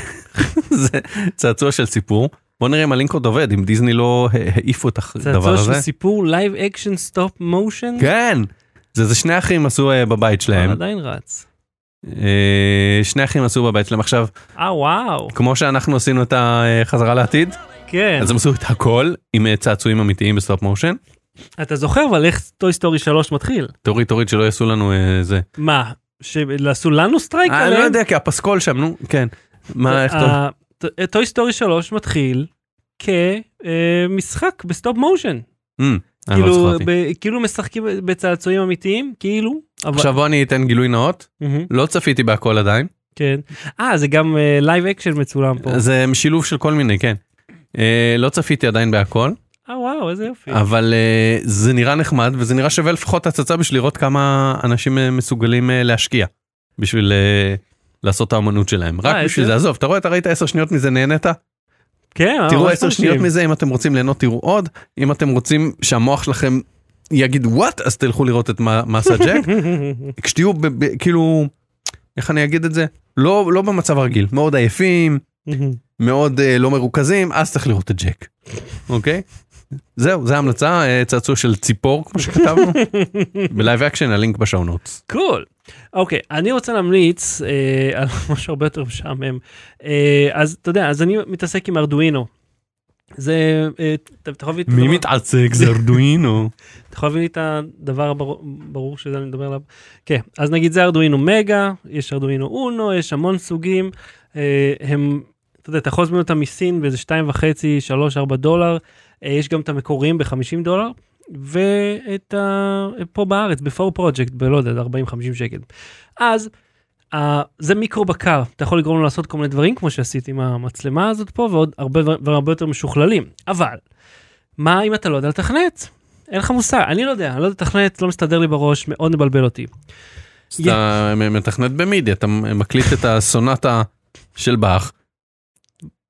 B: זה צעצוע של סיפור בוא נראה אם הלינק עוד עובד אם דיסני לא ה- העיפו את הדבר
A: צעצוע
B: הזה.
A: של סיפור לייב אקשן סטופ מושן?
B: כן זה זה שני אחים עשו אה, בבית שלהם
A: עדיין רץ.
B: אה, שני אחים עשו בבית שלהם עכשיו
A: אה, וואו.
B: כמו שאנחנו עשינו את החזרה לעתיד
A: כן.
B: אז הם עשו את הכל עם אה, צעצועים אמיתיים בסטופ מושן
A: אתה זוכר אבל איך טוי סטורי 3 מתחיל?
B: תוריד תוריד שלא יעשו לנו אה, זה.
A: מה? שעשו לנו סטרייק
B: אני
A: עליהם?
B: לא יודע כי הפסקול שם נו כן. מה
A: אה,
B: איך אתה
A: טוי סטורי 3 מתחיל כמשחק בסטופ מושן.
B: אמ, אני לא
A: כאילו,
B: זכרתי.
A: ב- כאילו משחקים בצעצועים אמיתיים, כאילו. אבל-
B: עכשיו בוא אני אתן גילוי נאות
A: מהמם,
B: לא צפיתי בהכל עדיין.
A: כן. אה, זה גם לייב אקשן מצולם פה.
B: זה שילוב של כל מיני כן. אה, לא צפיתי עדיין בהכל
A: אה, וואו, איזה יופי.
B: אבל אה, זה נראה נחמד וזה נראה שווה לפחות הצצה בשביל לראות כמה אנשים אה, מסוגלים אה, להשקיע בשביל אה, לעשות את האמנות שלהם רק
A: אה,
B: בשביל
A: איזה-
B: זה עזוב אתה רואה אתה ראית 10 שניות מזה נהנית
A: כן,
B: תראו
A: ממש
B: 10
A: מרשים.
B: שניות מזה, אם אתם רוצים ליהנות תראו עוד, אם אתם רוצים שהמוח שלכם יגיד וואט, אז תלכו לראות את מה- מה עשה ג'ק. כשתהיו ב- ב- כאילו, איך אני אגיד את זה? לא לא במצב הרגיל, מאוד עייפים, מאוד אה, לא מרוכזים, אז צריך לראות את ג'ק, אוקיי? זהו, זו ההמלצה, אה, צעצוע של ציפור, כמו שכתבנו, בלייב אקשן, הלינק בשעונות.
A: קול. אוקיי, אני רוצה להמליץ אה, על משהו הרבה יותר משעמם. אה, אז אתה יודע, אז אני מתעסק עם ארדואינו. זה, אה, ת- אתה יכול להביא את הדבר-
B: מתעסק? זה ארדואינו.
A: אתה יכול להביא לי את הדבר הברור שזה אני מדבר עליו? כן, אז נגיד זה ארדואינו מגה, יש ארדואינו אונו, יש המון סוגים. אה, הם, אתה יודע, אתה יכול להזמין אותם מסין באיזה 2.5, 3-4 דולר. אה, יש גם את המקוריים ב-50 דולר. ואת ה... פה בארץ, ב-4 project, בלא יודע, 40-50 שקל. אז uh, זה מיקרו בקר, אתה יכול לגרום לו לעשות כל מיני דברים כמו שעשיתי עם המצלמה הזאת פה, ועוד הרבה דבר- דברים הרבה יותר משוכללים. אבל, מה אם אתה לא יודע לתכנת? אין לך מושג, אני לא יודע, אני לא יודע לתכנת, לא מסתדר לי בראש, מאוד מבלבל אותי.
B: אז אתה מתכנת במידי, אתה מקליט את הסונטה של באך.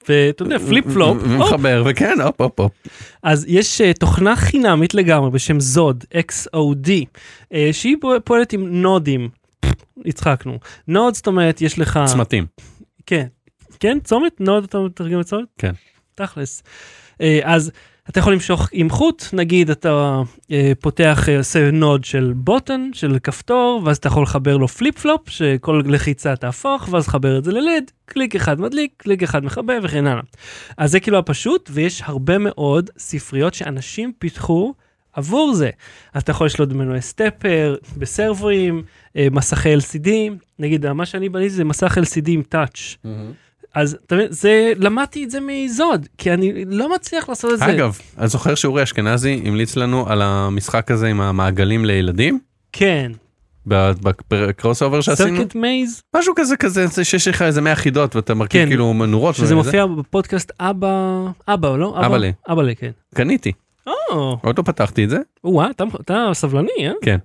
A: ואתה יודע, פליפ פלופ,
B: ו- ומחבר, וכן, הופ, הופ, הופ.
A: אז יש אה, תוכנה חינמית לגמרי בשם זוד, XOD, אה, שהיא פוע- פועלת עם נודים. הצחקנו. נוד, זאת אומרת, יש לך...
B: צמתים.
A: כן. כן, צומת? נוד אתה מתרגם לצומת?
B: כן.
A: תכלס. אה, אז אתה יכול למשוך עם חוט, נגיד אתה אה, פותח, אה, עושה נוד של בוטן, של כפתור, ואז אתה יכול לחבר לו פליפ פלופ, שכל לחיצה תהפוך, ואז לחבר את זה ללד, קליק אחד מדליק, קליק אחד מכבה וכן הלאה. אז זה כאילו הפשוט, ויש הרבה מאוד ספריות שאנשים פיתחו עבור זה. אז אתה יכול לשלוט במנועי סטפר, בסרברים, אה, מסכי LCD, נגיד מה שאני בניתי זה מסך LCD עם טאץ'. אז אתה מבין, זה, למדתי את זה מזוד, כי אני לא מצליח לעשות את זה.
B: אגב, אני זוכר שאורי אשכנזי המליץ לנו על המשחק הזה עם המעגלים לילדים,
A: כן,
B: בקרוס אובר שעשינו,
A: סרקט מייז,
B: משהו כזה כזה זה שיש לך איזה 100 חידות ואתה מרכיב
A: כן.
B: כאילו מנורות,
A: שזה
B: וזה.
A: מופיע בפודקאסט אבא, אבא, לא?
B: אבאלה.
A: אבאלה, כן.
B: קניתי,
A: או,
B: עוד לא פתחתי את זה,
A: וואה, אתה- אתה סבלני, אה?
B: כן.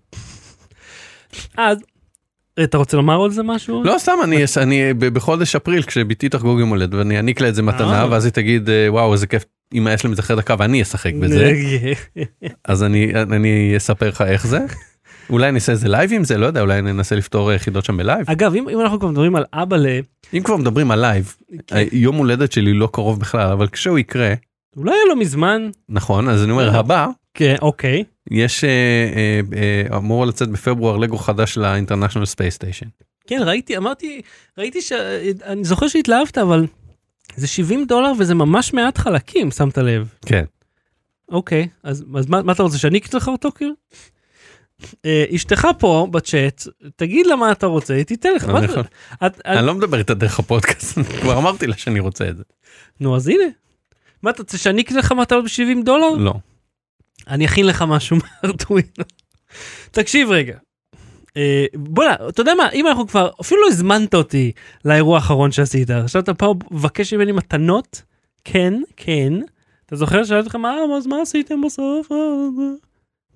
A: אז, אתה רוצה לומר על זה משהו?
B: לא סתם אני אני ב- בחודש אפריל כשבתי תחגוג יום הולד ואני אעניק לה איזה מתנה
A: אה.
B: ואז היא תגיד אה, וואו איזה כיף אמא יש להם את זה אחרי דקה ואני אשחק בזה. אז אני אני אספר לך איך זה. אולי נעשה איזה לייב עם זה לא יודע אולי ננסה לפתור אה, חידות שם בלייב
A: אגב, אם אם אנחנו כבר מדברים על אבאלה,
B: אם כבר מדברים על לייב יום הולדת שלי לא קרוב בכלל אבל כשהוא יקרה
A: אולי היה לו מזמן,
B: נכון אז אני אומר הבא
A: כן, אוקיי,
B: יש אה, אה, אה, אמור לצאת בפברואר לגו חדש לאינטרנשיונל ספייס סטיישן.
A: כן, ראיתי, אמרתי, ראיתי ש... אני זוכר שהתלהבת, אבל זה 70 דולר וזה ממש מעט חלקים, שמת לב.
B: כן.
A: אוקיי, אז, אז מה, מה אתה רוצה, שאני אקנה לך אותו כאילו? אה, אשתך פה בצ'אט, תגיד לה מה אתה רוצה, היא תיתן לך. מה
B: אני
A: אתה-
B: יכול-
A: את- את-
B: נכון. אני לא מדבר איתה דרך הפודקאסט כבר אמרתי לה שאני רוצה את זה.
A: נו, אז הנה. מה אתה רוצה, שאני אקנה לך מטלות ב-70 דולר?
B: לא.
A: אני אכין לך משהו מארדואינו. תקשיב רגע. אה, בוא'נה, אתה יודע מה, אם אנחנו כבר, אפילו לא הזמנת אותי לאירוע האחרון שעשית, עכשיו אתה פה מבקש ממני מתנות? כן, כן. אתה זוכר ששאלתי אותך, מה, אז מה עשיתם בסוף? אה, אה."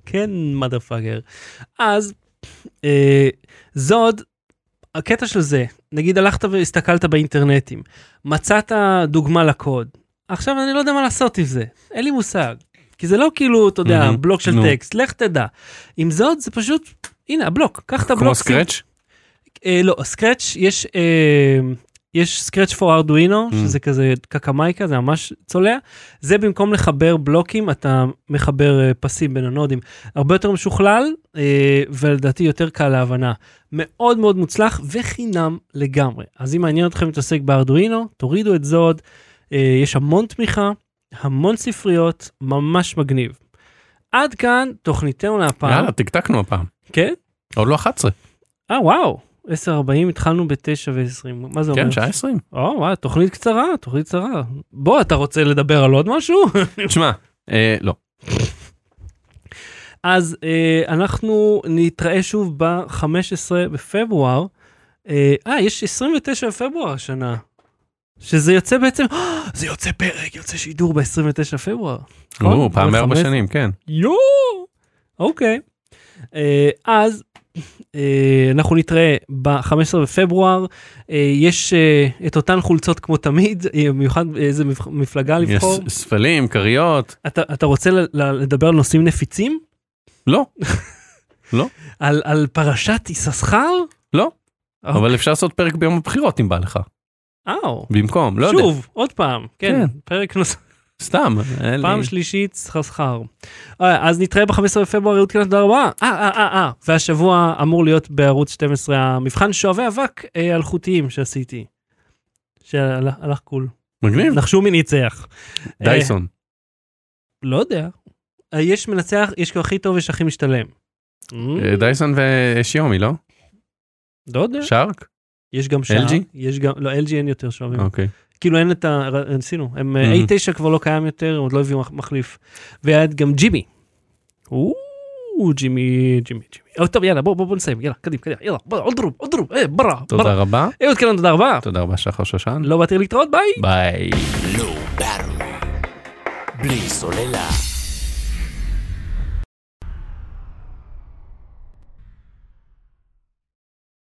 A: כן, מדה פאגר. אז, אה, זאת, הקטע של זה, נגיד הלכת והסתכלת באינטרנטים, מצאת דוגמה לקוד, עכשיו אני לא יודע מה לעשות עם זה, אין לי מושג. כי זה לא כאילו, אתה יודע,
B: מהמם,
A: בלוק של
B: נו.
A: טקסט, לך תדע. עם זאת, זה פשוט, הנה הבלוק, קח את הבלוק.
B: כמו
A: שים-
B: סקרץ'?
A: אה, לא, סקרץ' יש אה, יש סקרץ' פור ארדואינו,
B: Mm.
A: שזה כזה קקמייקה, זה ממש צולע. זה במקום לחבר בלוקים, אתה מחבר אה, פסים בין הנודים. הרבה יותר משוכלל, אה, ולדעתי יותר קל להבנה. מאוד מאוד מוצלח וחינם לגמרי. אז אם מעניין אתכם להתעסק בארדואינו, תורידו את זוד. אה, יש המון תמיכה, המון ספריות, ממש מגניב. עד כאן תוכניתנו להפעם.
B: יאללה תקתקנו הפעם.
A: כן?
B: עוד לא 11.
A: אה וואו, 10:40 התחלנו ב-9 ו-20, מה זה אומר?
B: כן שעה 20.
A: או וואו, תוכנית קצרה, תוכנית קצרה. בוא, אתה רוצה לדבר על עוד משהו?
B: תשמע. אה, לא.
A: אז אה, אנחנו נתראה שוב ב-15 בפברואר. אה, אה, יש 29 בפברואר השנה. שזה יוצא בעצם, זה יוצא פרק, יוצא שידור ב-29 בפברואר. נכון?
B: נו, פעם בארבע
A: בחמש-
B: שנים כן.
A: יואו! אוקיי. אה, אז אה, אנחנו נתראה ב-15 בפברואר. אה, יש אה, את אותן חולצות כמו תמיד, אה, במיוחד איזה מפח- מפלגה
B: יש
A: לבחור.
B: ספלים, כריות,
A: אתה, אתה רוצה ל- ל- לדבר על נושאים נפיצים?
B: לא,
A: אוקיי. על, על פרשת יששכר?
B: לא.
A: אוקיי.
B: אבל אפשר לעשות פרק ביום הבחירות אם בא לך,
A: אאו.
B: במקום, לא יודע,
A: שוב, עוד פעם, כן, פרק נוסף.
B: סתם. אה, אין לי-
A: פעם שלישית סחסחר. אה, אז נתראה ב-15 בפברואר, יהוד קלן, תודה רבה. אה, אה, אה, אה, והשבוע אמור להיות בערוץ 12 המבחן שואבי אבק אה, אלחוטיים שעשיתי. שהלך הלך קול.
B: מגניב,
A: נחשו מי ניצח.
B: דייסון.
A: אה, לא יודע. אה, יש מנצח, יש כאילו הכי טוב, יש הכי משתלם.
B: אה, דייסון ושיומי, לא?
A: לא יודע.
B: שרק?
A: יש גם שעה.
B: LG?
A: יש גם, לא, LG אין יותר שואבים.
B: אוקיי.
A: כאילו אין את ה... ניסינו. הם, אה,
B: Mhm.
A: A9 כבר לא קיים יותר, הם עוד לא הביאו מח- מחליף. והיה גם ג'ימי. או, ג'ימי, ג'ימי, ג'ימי. אה, טוב, יאללה, בואו בוא, בוא נסיים, יאללה, קדימה, קדימה, יאללה, בוא, עוד דרום, עוד דרום, אה, ברה, ברה.
B: תודה רבה,
A: אה, עוד כאלה, תודה רבה.
B: תודה רבה שחר שושן,
A: לא באתי להתראות, ביי.
B: ביי.
C: Lou Battle. Bli Solela.